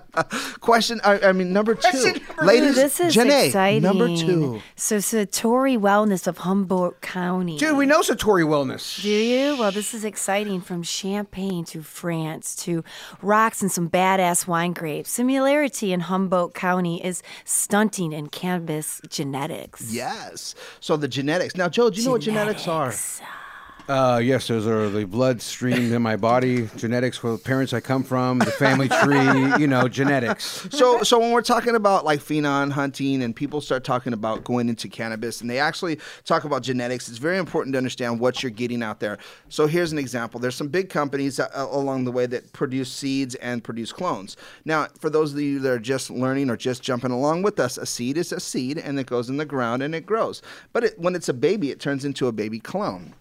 [SPEAKER 2] Question. I, I mean, number two,
[SPEAKER 7] Ooh,
[SPEAKER 2] ladies.
[SPEAKER 7] this is
[SPEAKER 2] Janae,
[SPEAKER 7] exciting.
[SPEAKER 2] number two.
[SPEAKER 7] So Satori Wellness of Humboldt County.
[SPEAKER 3] Dude, we know Satori Wellness.
[SPEAKER 7] Do you? Well, this is exciting. From Champagne to France to rocks and some badass wine grapes. Similarity in Humboldt County is stunting in cannabis genetics.
[SPEAKER 2] Yes. So the genetics. Now, Joe, do you know what genetics are?
[SPEAKER 3] Uh, yes, those are the blood stream in my body, genetics, where the parents I come from, the family tree, you know, genetics.
[SPEAKER 2] so so when we're talking about like phenon hunting and people start talking about going into cannabis and they actually talk about genetics it's very important to understand what you're getting out there so here's an example there's some big companies uh, along the way that produce seeds and produce clones now for those of you that are just learning or just jumping along with us a seed is a seed and it goes in the ground and it grows but it, when it's a baby it turns into a baby clone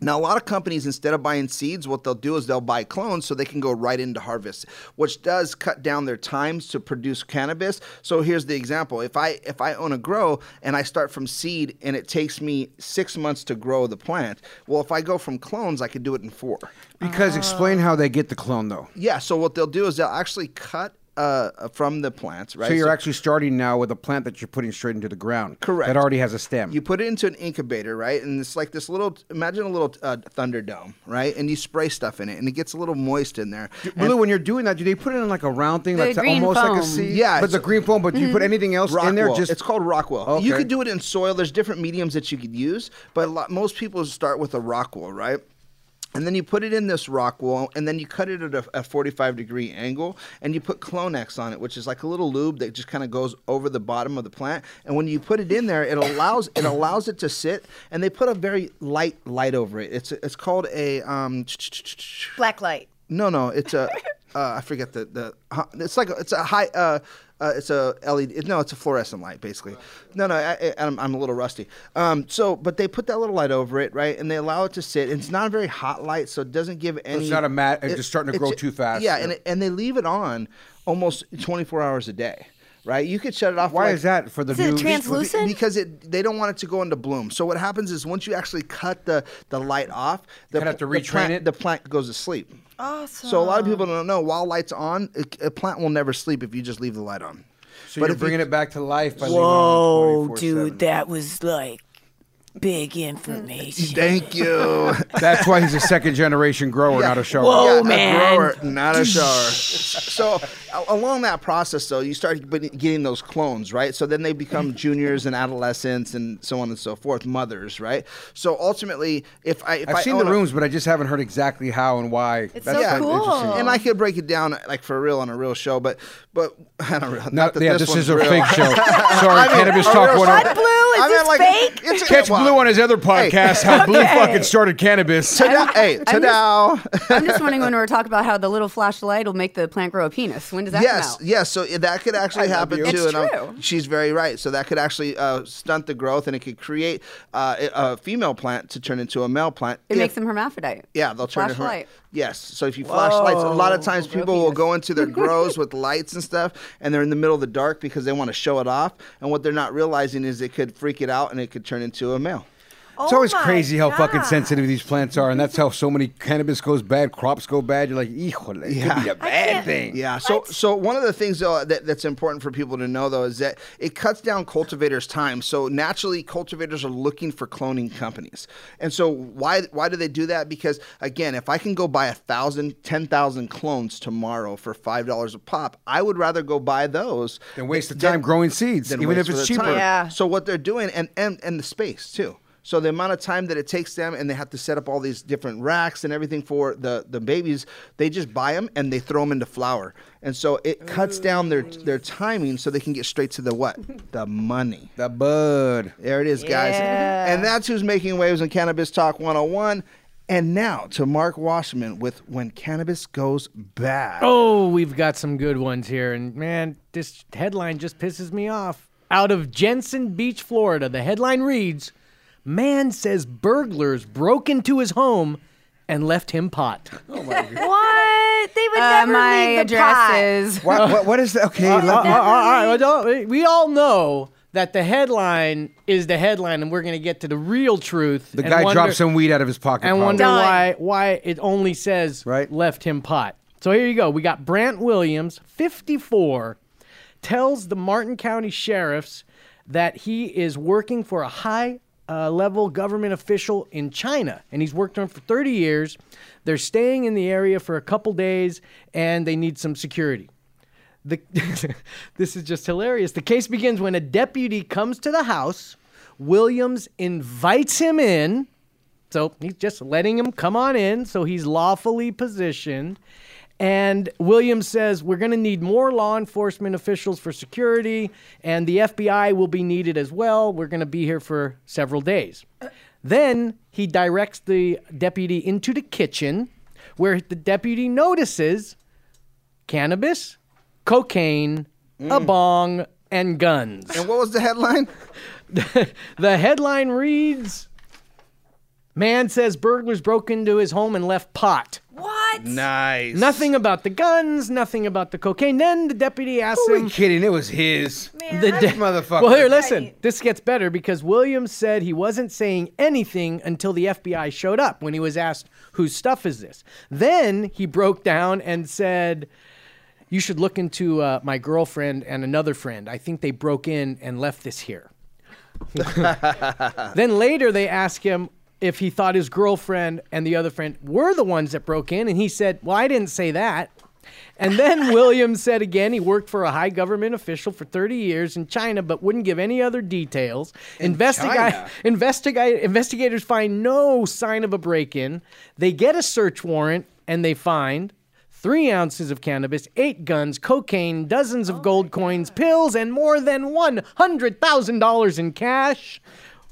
[SPEAKER 2] now, a lot of companies, instead of buying seeds, what they'll do is they'll buy clones so they can go right into harvest, which does cut down their times to produce cannabis. So here's the example: if I if I own a grow and I start from seed and it takes me six months to grow the plant, well, if I go from clones, I could do it in four.
[SPEAKER 3] Because explain how they get the clone, though.
[SPEAKER 2] Yeah. So what they'll do is they'll actually cut uh, from the plants, right?
[SPEAKER 3] So you're
[SPEAKER 2] So-
[SPEAKER 3] actually starting now with a plant that you're putting straight into the ground.
[SPEAKER 2] Correct.
[SPEAKER 3] That already has a stem.
[SPEAKER 2] You put it into an incubator, right? And it's like this little imagine a little uh, thunderdome, right? And you spray stuff in it, and it gets a little moist in there.
[SPEAKER 3] Blue, when you're doing that, do they put it in like a round thing
[SPEAKER 2] The
[SPEAKER 3] that's
[SPEAKER 2] green
[SPEAKER 3] almost like
[SPEAKER 2] foam. Mm-hmm.
[SPEAKER 3] a seed?
[SPEAKER 2] Yeah,
[SPEAKER 3] But the
[SPEAKER 2] it's-
[SPEAKER 3] green foam, but do you put anything else in there?
[SPEAKER 2] Rockwell.
[SPEAKER 3] Just
[SPEAKER 2] it's called Rockwell.
[SPEAKER 3] Okay.
[SPEAKER 2] You could do it in soil. There's different mediums that you could use, but a lot, most people start with a Rockwell, right? And then you put it in this Rockwell, and then you cut it at a, a 45 degree angle, and you put Clonex on it, which is like a little lube that just kind of goes over the bottom of the plant. And when you put it in there, it allows it allows it to sit. And they put a very light light over it. It's it's called a um,
[SPEAKER 5] Black light.
[SPEAKER 2] no, no, it's a. Uh, I forget the the. huh, It's like a, it's a high. Uh, uh, it's a LED. it- No, it's a fluorescent light, basically. No, no, I, I, I'm, I'm a little rusty. Um, so, but they put that little light over it, right? And they allow it to sit. And it's not a very hot light, so it doesn't give any.
[SPEAKER 3] not a mat- it's just starting to grow
[SPEAKER 2] it's-
[SPEAKER 3] too fast.
[SPEAKER 2] Yeah,
[SPEAKER 3] Yeah.
[SPEAKER 2] and it, and they leave it on almost 24 hours a day. Right, you could shut it off.
[SPEAKER 3] Why
[SPEAKER 2] like-
[SPEAKER 3] is that for the Is it new- translucent?
[SPEAKER 2] Be- Because it, they don't want it to go into bloom. So what happens is once you actually cut the, the light off, the,
[SPEAKER 3] Kinda have to
[SPEAKER 2] the
[SPEAKER 3] retrain
[SPEAKER 2] plant-
[SPEAKER 3] it?
[SPEAKER 2] The plant goes to sleep.
[SPEAKER 7] Awesome.
[SPEAKER 2] So a lot of people don't know while lights on, a, a plant will never sleep if you just leave the light on.
[SPEAKER 3] so
[SPEAKER 2] but
[SPEAKER 3] you're
[SPEAKER 2] if
[SPEAKER 3] bringing it back to life. By leaving it
[SPEAKER 12] Whoa,
[SPEAKER 3] on 24/7.
[SPEAKER 12] dude, that was like big information.
[SPEAKER 2] Thank you.
[SPEAKER 3] That's why he's a second generation grower, not a shower.
[SPEAKER 12] Whoa,
[SPEAKER 2] Yeah, a
[SPEAKER 12] man.
[SPEAKER 2] grower, not a shower. so a- along that process, though, you start b- getting those clones, right? So then they become juniors and adolescents and so on and so forth, mothers, right? So ultimately, if I if
[SPEAKER 3] I've
[SPEAKER 2] I
[SPEAKER 3] seen
[SPEAKER 2] own
[SPEAKER 3] the
[SPEAKER 2] a-
[SPEAKER 3] rooms, but I just haven't heard exactly how and why. It's
[SPEAKER 2] yeah, and I could break it down like for real on a real show, but but I don't really.
[SPEAKER 3] Not-
[SPEAKER 2] that
[SPEAKER 3] yeah, this
[SPEAKER 2] this,
[SPEAKER 3] is
[SPEAKER 2] one's
[SPEAKER 3] a
[SPEAKER 2] real.
[SPEAKER 3] fake show. Sorry,
[SPEAKER 2] I mean,
[SPEAKER 3] Cannabis
[SPEAKER 2] a
[SPEAKER 3] Talk
[SPEAKER 2] real-
[SPEAKER 3] 101. What,
[SPEAKER 12] Blue?
[SPEAKER 2] I meant, like, it's-
[SPEAKER 3] Catch
[SPEAKER 2] well,
[SPEAKER 3] Blue on his other podcast, how Blue
[SPEAKER 5] Okay.
[SPEAKER 3] fucking started cannabis.
[SPEAKER 2] Ta-da, hey,
[SPEAKER 5] I'm
[SPEAKER 2] ta-da.
[SPEAKER 5] I'm just wondering when we were talking about how the little flashlight will make the plant grow a penis. When does that
[SPEAKER 2] yes,
[SPEAKER 5] come out?
[SPEAKER 2] yes. So i- that could actually
[SPEAKER 5] I love
[SPEAKER 2] happen
[SPEAKER 5] you.
[SPEAKER 2] too.
[SPEAKER 5] It's
[SPEAKER 2] and I'm-
[SPEAKER 5] true.
[SPEAKER 2] she's very right. So that could actually uh, stunt the growth, and it could create uh, i- a female plant to turn into a male plant.
[SPEAKER 5] It
[SPEAKER 2] if-
[SPEAKER 5] makes them hermaphrodite.
[SPEAKER 2] yeah, they'll turn it her-
[SPEAKER 5] Flashlight.
[SPEAKER 2] Yes. So if you flashlights, a lot of
[SPEAKER 5] Whoa.
[SPEAKER 2] times people will go into their grows with lights and stuff, and they're in the middle of the dark because they want to show it off. And what they're not realizing is it could freak it out, and it could turn into a male.
[SPEAKER 3] It's
[SPEAKER 7] Oh
[SPEAKER 3] always
[SPEAKER 7] my
[SPEAKER 3] crazy how fucking
[SPEAKER 7] God.
[SPEAKER 3] sensitive these plants are, and that's how so many cannabis goes bad, crops go bad. You're like, Híjole, it could be a bad thing.
[SPEAKER 2] Yeah. So so one of the things though that, that's important for people to know though is that it cuts down cultivators' time. So naturally, cultivators are looking for cloning companies. And so why why do they do that? Because again, if I can go buy a thousand, ten thousand clones tomorrow for five dollars a pop, I would rather go buy those
[SPEAKER 3] Than waste the time growing seeds,
[SPEAKER 2] than
[SPEAKER 3] even
[SPEAKER 2] waste
[SPEAKER 3] if it's
[SPEAKER 2] the
[SPEAKER 3] cheaper.
[SPEAKER 2] time.
[SPEAKER 4] Ah.
[SPEAKER 3] Yeah.
[SPEAKER 2] So what they're doing and, and and the space too. So the amount of time that it takes them and they have to set up all these different racks and everything for the the babies, they just buy them and they throw them into flour. And so it cuts down their their timing so they can get straight to the what? The money.
[SPEAKER 3] The bud.
[SPEAKER 2] There it is, guys.
[SPEAKER 13] Yeah.
[SPEAKER 2] And that's who's making waves on Cannabis Talk 101. And now to Mark Wasserman with When Cannabis Goes Bad.
[SPEAKER 4] Oh, we've got some good ones here. And man, this headline just pisses me off. Out of Jensen Beach, Florida, the headline reads Man says burglars broke into his home and left him pot.
[SPEAKER 7] What? They would
[SPEAKER 12] Uh,
[SPEAKER 7] never
[SPEAKER 12] my
[SPEAKER 7] leave the
[SPEAKER 12] address
[SPEAKER 7] pot.
[SPEAKER 12] is-
[SPEAKER 4] What- what-
[SPEAKER 3] what is that? Okay,
[SPEAKER 12] Uh,
[SPEAKER 4] all
[SPEAKER 3] let
[SPEAKER 4] right,
[SPEAKER 3] me-
[SPEAKER 4] Uh, all right, well, don't- we all know that the headline is the headline, and we're going to get to the real truth.
[SPEAKER 3] The
[SPEAKER 4] and
[SPEAKER 3] guy
[SPEAKER 4] wonder-
[SPEAKER 3] dropped some weed out of his pocket.
[SPEAKER 4] and
[SPEAKER 3] probably.
[SPEAKER 4] wonder why why it only says left him pot. So here you go. We got Brant Williams, 54, tells the Martin County sheriffs that he is working for a high uh, level government official in China, and he's worked on for 30 years. They're staying in the area for a couple days, and they need some security. The, this is just hilarious. The case begins when a deputy comes to the house. Williams invites him in. So he's just letting him come on in. So he's lawfully positioned. And Williams says, We're going to need more law enforcement officials for security, and the FBI will be needed as well. We're going to be here for several days. Then he directs the deputy into the kitchen, where the deputy notices cannabis, cocaine, a bong, and guns.
[SPEAKER 2] And what was the headline?
[SPEAKER 4] the headline reads Man says burglars broke into his home and left pot.
[SPEAKER 3] Nice.
[SPEAKER 4] Nothing about the guns, nothing about the cocaine. Then the deputy asks
[SPEAKER 3] Who are
[SPEAKER 4] him.
[SPEAKER 3] we kidding? It was his.
[SPEAKER 4] The
[SPEAKER 3] This
[SPEAKER 4] de-
[SPEAKER 3] motherfucker.
[SPEAKER 4] Well, here, listen. This gets better because Williams said he wasn't saying anything until the FBI showed up when he was asked, whose stuff is this? Then he broke down and said, You should look into uh, my girlfriend and another friend. I think they broke in and left this here. then later they ask him if he thought his girlfriend and the other friend were the ones that broke in and he said well i didn't say that and then williams said again he worked for a high government official for 30 years in china but wouldn't give any other details
[SPEAKER 3] China?
[SPEAKER 4] Investiga- investiga- investigators find no sign of a break-in they get a search warrant and they find Three ounces of cannabis, eight guns, cocaine, dozens of gold coins, pills, and more than $100,000 in cash.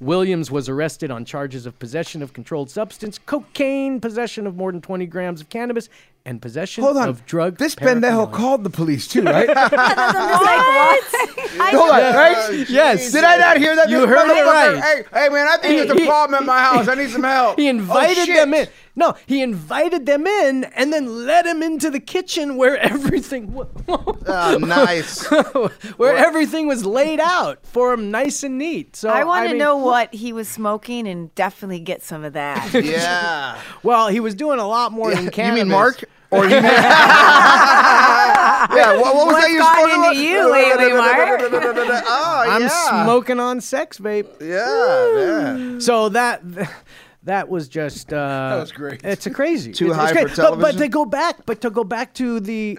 [SPEAKER 4] Williams was arrested on charges of possession of controlled substance, cocaine, possession of more than 20 grams of cannabis, and possession
[SPEAKER 3] Hold on.
[SPEAKER 4] of drug
[SPEAKER 3] This Bendejo called the police too, right?
[SPEAKER 4] Hold
[SPEAKER 3] Hold on, right?
[SPEAKER 4] Yes.
[SPEAKER 3] Did I not hear that?
[SPEAKER 4] You
[SPEAKER 3] This
[SPEAKER 4] heard it
[SPEAKER 3] motherfucker-
[SPEAKER 4] right.
[SPEAKER 3] Hey, hey, man, I think there's a problem at my house. I need some help.
[SPEAKER 4] He
[SPEAKER 3] Oh,
[SPEAKER 4] invited
[SPEAKER 3] shit.
[SPEAKER 4] them in. No, he invited them in and then let him into the kitchen where everything was.
[SPEAKER 3] Ah,
[SPEAKER 2] Oh, nice.
[SPEAKER 4] where everything was laid out for him nice and neat. So
[SPEAKER 7] I want to
[SPEAKER 4] mean-
[SPEAKER 7] know what he was smoking and definitely get some of that.
[SPEAKER 2] Yeah.
[SPEAKER 4] well, he was doing a lot more than
[SPEAKER 2] you
[SPEAKER 4] cannabis.
[SPEAKER 2] mean Mark? Or you mean Yeah, what, what was
[SPEAKER 4] What's
[SPEAKER 2] that you
[SPEAKER 4] gotten
[SPEAKER 2] spoke about?
[SPEAKER 4] into you lately, Mark?
[SPEAKER 2] oh,
[SPEAKER 4] I'm
[SPEAKER 2] yeah.
[SPEAKER 4] smoking on sex vape.
[SPEAKER 2] Yeah,
[SPEAKER 4] So that that was just uh,
[SPEAKER 3] That was great.
[SPEAKER 4] It's a crazy.
[SPEAKER 3] Too
[SPEAKER 4] It's- it's
[SPEAKER 3] high
[SPEAKER 4] great.
[SPEAKER 3] for
[SPEAKER 4] But- But,
[SPEAKER 3] television?
[SPEAKER 4] to go back, but to go back to the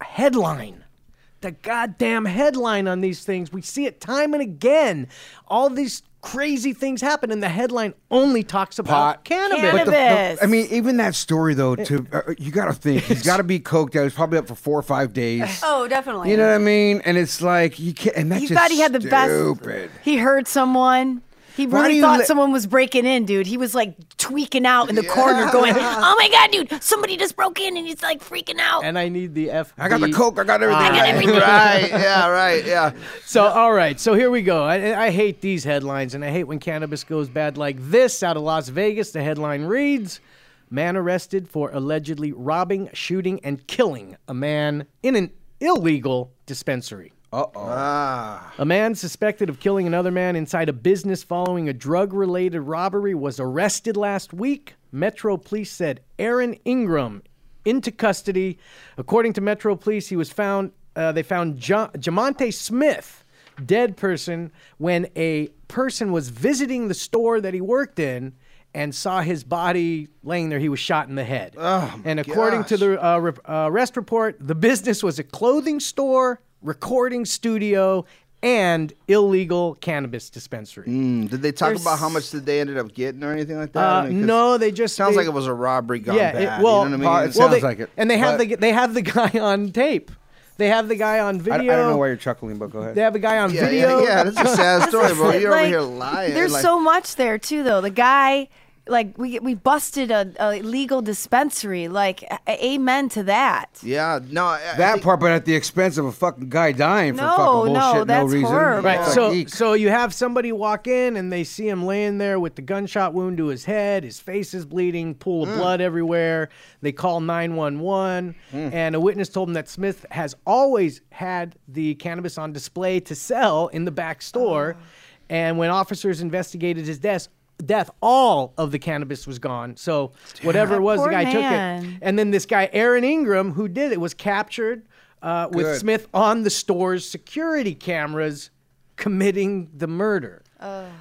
[SPEAKER 4] headline. The goddamn headline on these things. We see it time and again. All these crazy things happen, and the headline only talks about
[SPEAKER 3] Pot.
[SPEAKER 4] cannabis.
[SPEAKER 3] But the- the- I mean, even that story though. To uh, you got to think he's got to be coked out. He's probably up for four or five days.
[SPEAKER 7] oh, definitely.
[SPEAKER 3] You know what I mean? And it's like you can't. And that's
[SPEAKER 7] He
[SPEAKER 3] just
[SPEAKER 7] thought he had the
[SPEAKER 3] stupid.
[SPEAKER 7] best. He heard someone. He
[SPEAKER 3] Why do
[SPEAKER 7] really
[SPEAKER 3] you
[SPEAKER 7] thought
[SPEAKER 3] let-
[SPEAKER 7] someone was breaking in, dude. He was like tweaking out in the corner, going, "Oh my god, dude! Somebody just broke in, and he's like freaking out."
[SPEAKER 4] and I need the F.
[SPEAKER 3] I got the coke. I got everything.
[SPEAKER 7] I got
[SPEAKER 3] right.
[SPEAKER 7] everything.
[SPEAKER 2] right. Yeah, right. Yeah.
[SPEAKER 4] So, all right. So here we go. I, I hate these headlines, and I hate when cannabis goes bad like this. Out of Las Vegas, the headline reads: Man arrested for allegedly robbing, shooting, and killing a man in an illegal dispensary.
[SPEAKER 3] Uh oh. Ah.
[SPEAKER 4] A man suspected of killing another man inside a business following a drug related robbery was arrested last week. Metro police said Aaron Ingram into custody. According to Metro police, he was found, uh, they found Ja- Jamonte Smith, dead person, when a person was visiting the store that he worked in and saw his body laying there. He was shot in the head.
[SPEAKER 2] Oh
[SPEAKER 4] and according to the uh, rep- uh, arrest report, the business was a clothing store, recording studio, and illegal cannabis dispensary.
[SPEAKER 2] Hmm, Did they talk
[SPEAKER 4] There's-
[SPEAKER 2] about how much did they ended up getting or anything like that?
[SPEAKER 4] Uh,
[SPEAKER 2] I mean, 'cause
[SPEAKER 4] no, they just
[SPEAKER 2] sounds
[SPEAKER 4] they-
[SPEAKER 2] like it was a robbery gone
[SPEAKER 4] yeah,
[SPEAKER 2] bad.
[SPEAKER 4] It, well,
[SPEAKER 2] you know what I mean?
[SPEAKER 4] well, they- And they have the they have the guy on tape. They have the guy on
[SPEAKER 3] I, I
[SPEAKER 4] video.
[SPEAKER 3] don't know why you're chuckling, but go ahead.
[SPEAKER 4] They have a guy on
[SPEAKER 3] Yeah, yeah,
[SPEAKER 4] video.
[SPEAKER 3] yeah, that's a sad story, bro. You're
[SPEAKER 7] Like, There's so much there too, though. The guy, like we we busted a, a legal dispensary. Like, a- amen to that.
[SPEAKER 2] Yeah, no. I,
[SPEAKER 3] that part, but at the expense of a fucking guy dying for
[SPEAKER 7] No,
[SPEAKER 3] fucking
[SPEAKER 7] no,
[SPEAKER 3] bullshit, no,
[SPEAKER 7] that's
[SPEAKER 3] reason.
[SPEAKER 7] horrible.
[SPEAKER 4] Right.
[SPEAKER 3] It's
[SPEAKER 4] So
[SPEAKER 3] like, eek.
[SPEAKER 4] so you have somebody walk in and they see him laying there with the gunshot wound to his head, his face is bleeding, pool of
[SPEAKER 3] Hmm.
[SPEAKER 13] Mm.
[SPEAKER 4] blood everywhere. They call 911
[SPEAKER 3] Hmm.
[SPEAKER 13] Mm.
[SPEAKER 4] and a witness told them that Smith has always had the cannabis on display to sell in the back store. And when officers investigated his death, death all of the cannabis was gone. So whatever it was, the
[SPEAKER 7] Poor
[SPEAKER 4] guy took it.
[SPEAKER 7] man.
[SPEAKER 4] And then this guy Aaron Ingram, who did it, was captured uh, with
[SPEAKER 7] Good.
[SPEAKER 4] Smith on the store's security cameras committing the murder.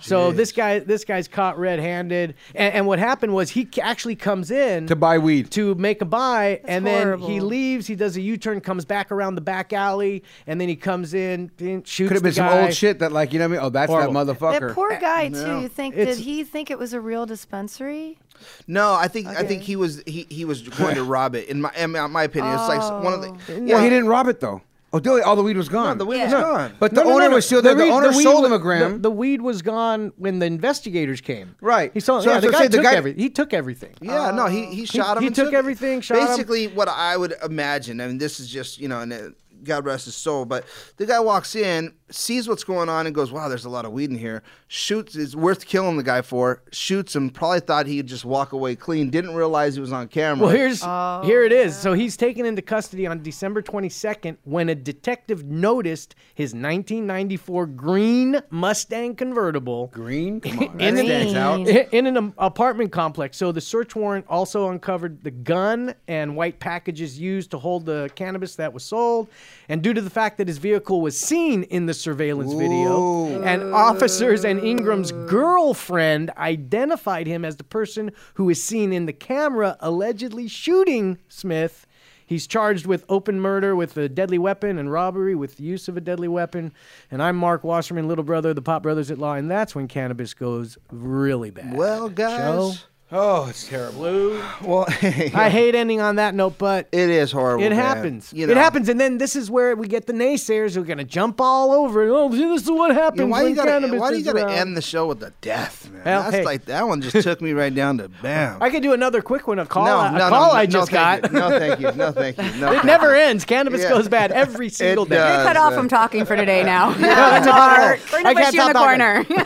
[SPEAKER 4] So this guy, this guy's caught red-handed, and, and what happened was he c- actually comes in
[SPEAKER 3] to buy weed
[SPEAKER 4] to make a buy, and then he
[SPEAKER 3] horrible.
[SPEAKER 4] leaves. He does a U-turn, comes back around the back alley, and then he comes in, and shoots.
[SPEAKER 3] could have been
[SPEAKER 4] the
[SPEAKER 3] some
[SPEAKER 4] guy.
[SPEAKER 3] old shit that, like, you know what I mean? Oh, that's
[SPEAKER 4] Horrible.
[SPEAKER 3] that motherfucker.
[SPEAKER 7] That poor guy too.
[SPEAKER 2] no.
[SPEAKER 7] You think
[SPEAKER 2] It's-
[SPEAKER 7] did he think it was a real dispensary?
[SPEAKER 2] No, I think I think he was he, he was going to rob it. In my in my- my opinion, it's like s- one of
[SPEAKER 4] Oh,
[SPEAKER 2] the.
[SPEAKER 3] Well,
[SPEAKER 2] Yeah.
[SPEAKER 3] he didn't rob it though. Oh, Dilly, all the weed was gone.
[SPEAKER 2] the weed was gone.
[SPEAKER 3] But the
[SPEAKER 4] No, no,
[SPEAKER 3] owner
[SPEAKER 4] no, no.
[SPEAKER 3] was still there. The,
[SPEAKER 4] weed-
[SPEAKER 3] owner
[SPEAKER 4] weed
[SPEAKER 3] sold
[SPEAKER 4] wa-
[SPEAKER 3] him a gram.
[SPEAKER 4] The, the weed was gone when the investigators came.
[SPEAKER 3] Right.
[SPEAKER 4] He sold.
[SPEAKER 3] So
[SPEAKER 4] yeah,
[SPEAKER 3] that's
[SPEAKER 4] the
[SPEAKER 3] what
[SPEAKER 4] guy
[SPEAKER 3] I'm saying. The
[SPEAKER 4] took
[SPEAKER 3] guy-
[SPEAKER 4] every, He took everything.
[SPEAKER 2] Yeah, no, he, he shot him.
[SPEAKER 4] He
[SPEAKER 2] and
[SPEAKER 4] took
[SPEAKER 2] it.
[SPEAKER 4] everything. Shot him.
[SPEAKER 2] Basically, what I would imagine, and this is just you know, and uh, God rest his soul, but the guy walks in, sees what's going on, and goes, "Wow, there's a lot of weed in here." Shoots. It's worth killing the guy for. Shoots him. Probably thought he'd just walk away clean. Didn't realize he was on camera. Oh.
[SPEAKER 4] Well, here's here it is. So he's taken into custody on December 22nd when a detective noticed his 1994 green Mustang convertible.
[SPEAKER 3] Green, Come
[SPEAKER 4] on,
[SPEAKER 3] that stands out.
[SPEAKER 4] in an um, apartment complex. So the search warrant also uncovered the gun and white packages used to hold the cannabis that was sold. And due to the fact that his vehicle was seen in the surveillance video, and officers and Ingram's girlfriend identified him as the person who is seen in the camera allegedly shooting Smith. He's charged with open murder with a deadly weapon and robbery with the use of a deadly weapon. And I'm Mark Wasserman, little brother of the Pop Brothers at Law, and that's when cannabis goes really bad.
[SPEAKER 2] Well, guys.
[SPEAKER 4] Joe?
[SPEAKER 3] Oh, it's terrible.
[SPEAKER 2] Well,
[SPEAKER 4] I hate ending on that note, but
[SPEAKER 2] it is horrible.
[SPEAKER 4] it
[SPEAKER 2] man.
[SPEAKER 4] happens.
[SPEAKER 2] You
[SPEAKER 4] It
[SPEAKER 2] know.
[SPEAKER 4] happens, and then this is where we get the naysayers who are going to jump all over. it. Oh, this is what happens
[SPEAKER 2] Yeah, why
[SPEAKER 4] when
[SPEAKER 2] you gotta,
[SPEAKER 4] cannabis
[SPEAKER 2] why do
[SPEAKER 4] is
[SPEAKER 2] you gotta
[SPEAKER 4] around.
[SPEAKER 2] end the show with a death, man?
[SPEAKER 4] Well,
[SPEAKER 2] That's
[SPEAKER 4] hey.
[SPEAKER 2] like that one just took me right down to bam.
[SPEAKER 4] I could do another quick one, a call,
[SPEAKER 2] no,
[SPEAKER 4] a
[SPEAKER 2] no, no,
[SPEAKER 4] call
[SPEAKER 2] no,
[SPEAKER 4] I
[SPEAKER 2] no,
[SPEAKER 4] just
[SPEAKER 2] thank
[SPEAKER 4] got.
[SPEAKER 2] you. No, thank you. No, thank you. No,
[SPEAKER 4] it
[SPEAKER 2] thank
[SPEAKER 4] never
[SPEAKER 2] you.
[SPEAKER 4] ends. Cannabis
[SPEAKER 2] Yeah.
[SPEAKER 4] goes bad every single day.
[SPEAKER 2] does,
[SPEAKER 5] Cut off from talking for today now.
[SPEAKER 4] that's about it.
[SPEAKER 5] We're
[SPEAKER 4] I
[SPEAKER 5] gonna put
[SPEAKER 4] can't
[SPEAKER 5] you in the
[SPEAKER 4] stop talking.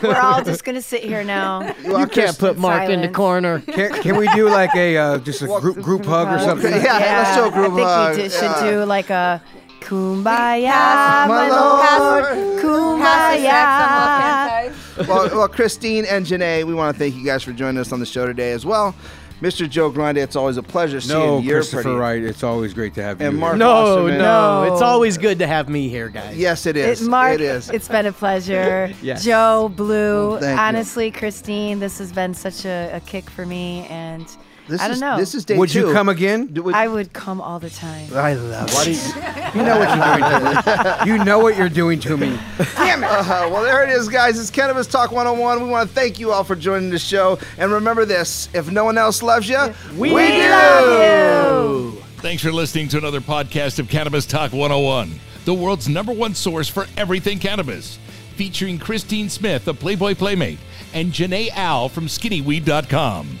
[SPEAKER 5] corner.
[SPEAKER 7] We're all just gonna sit here now.
[SPEAKER 4] You, can't put Mark in the corner.
[SPEAKER 3] Can, can we do like a uh, just a group group hug or something?
[SPEAKER 7] I think you did, should do like a kumbaya,
[SPEAKER 2] uh, My
[SPEAKER 7] my
[SPEAKER 2] lord.
[SPEAKER 7] lord,
[SPEAKER 5] Pass
[SPEAKER 7] kumbaya.
[SPEAKER 2] well, well, Christine and Janae, we want to thank you guys for joining us on the show today as well. Mr. Joe Grande, it's always a pleasure
[SPEAKER 3] No,
[SPEAKER 2] seeing you.
[SPEAKER 3] Christopher Wright, it's always great to have you.
[SPEAKER 2] And Mark
[SPEAKER 4] No,
[SPEAKER 2] Wasserman.
[SPEAKER 4] no, it's always good to have me here, guys.
[SPEAKER 2] Yes, it
[SPEAKER 7] It,
[SPEAKER 2] is.
[SPEAKER 7] Mark,
[SPEAKER 2] it is.
[SPEAKER 7] has been a pleasure.
[SPEAKER 4] Yes.
[SPEAKER 7] Joe, Blue,
[SPEAKER 2] Well, thank you.
[SPEAKER 7] honestly, Christine, this has been such a, a kick for me, and
[SPEAKER 2] This
[SPEAKER 7] I don't
[SPEAKER 2] is-
[SPEAKER 7] know.
[SPEAKER 2] this is day Would you two. come again? Do we-
[SPEAKER 7] I would come all the time.
[SPEAKER 2] I love
[SPEAKER 3] Why do
[SPEAKER 2] it.
[SPEAKER 3] you, you know what you're doing to me. You know what you're doing to me.
[SPEAKER 2] Damn it. Uh, well, there it is, guys. It's Cannabis Talk 101. We want to thank you all for joining the show. And remember this if no one else loves you,
[SPEAKER 1] We
[SPEAKER 2] love
[SPEAKER 1] you. Thanks for listening to another podcast of Cannabis Talk 101, the world's number one source for everything cannabis, featuring Christine Smith, a Playboy Playmate, and Janae Al from skinnyweed.com.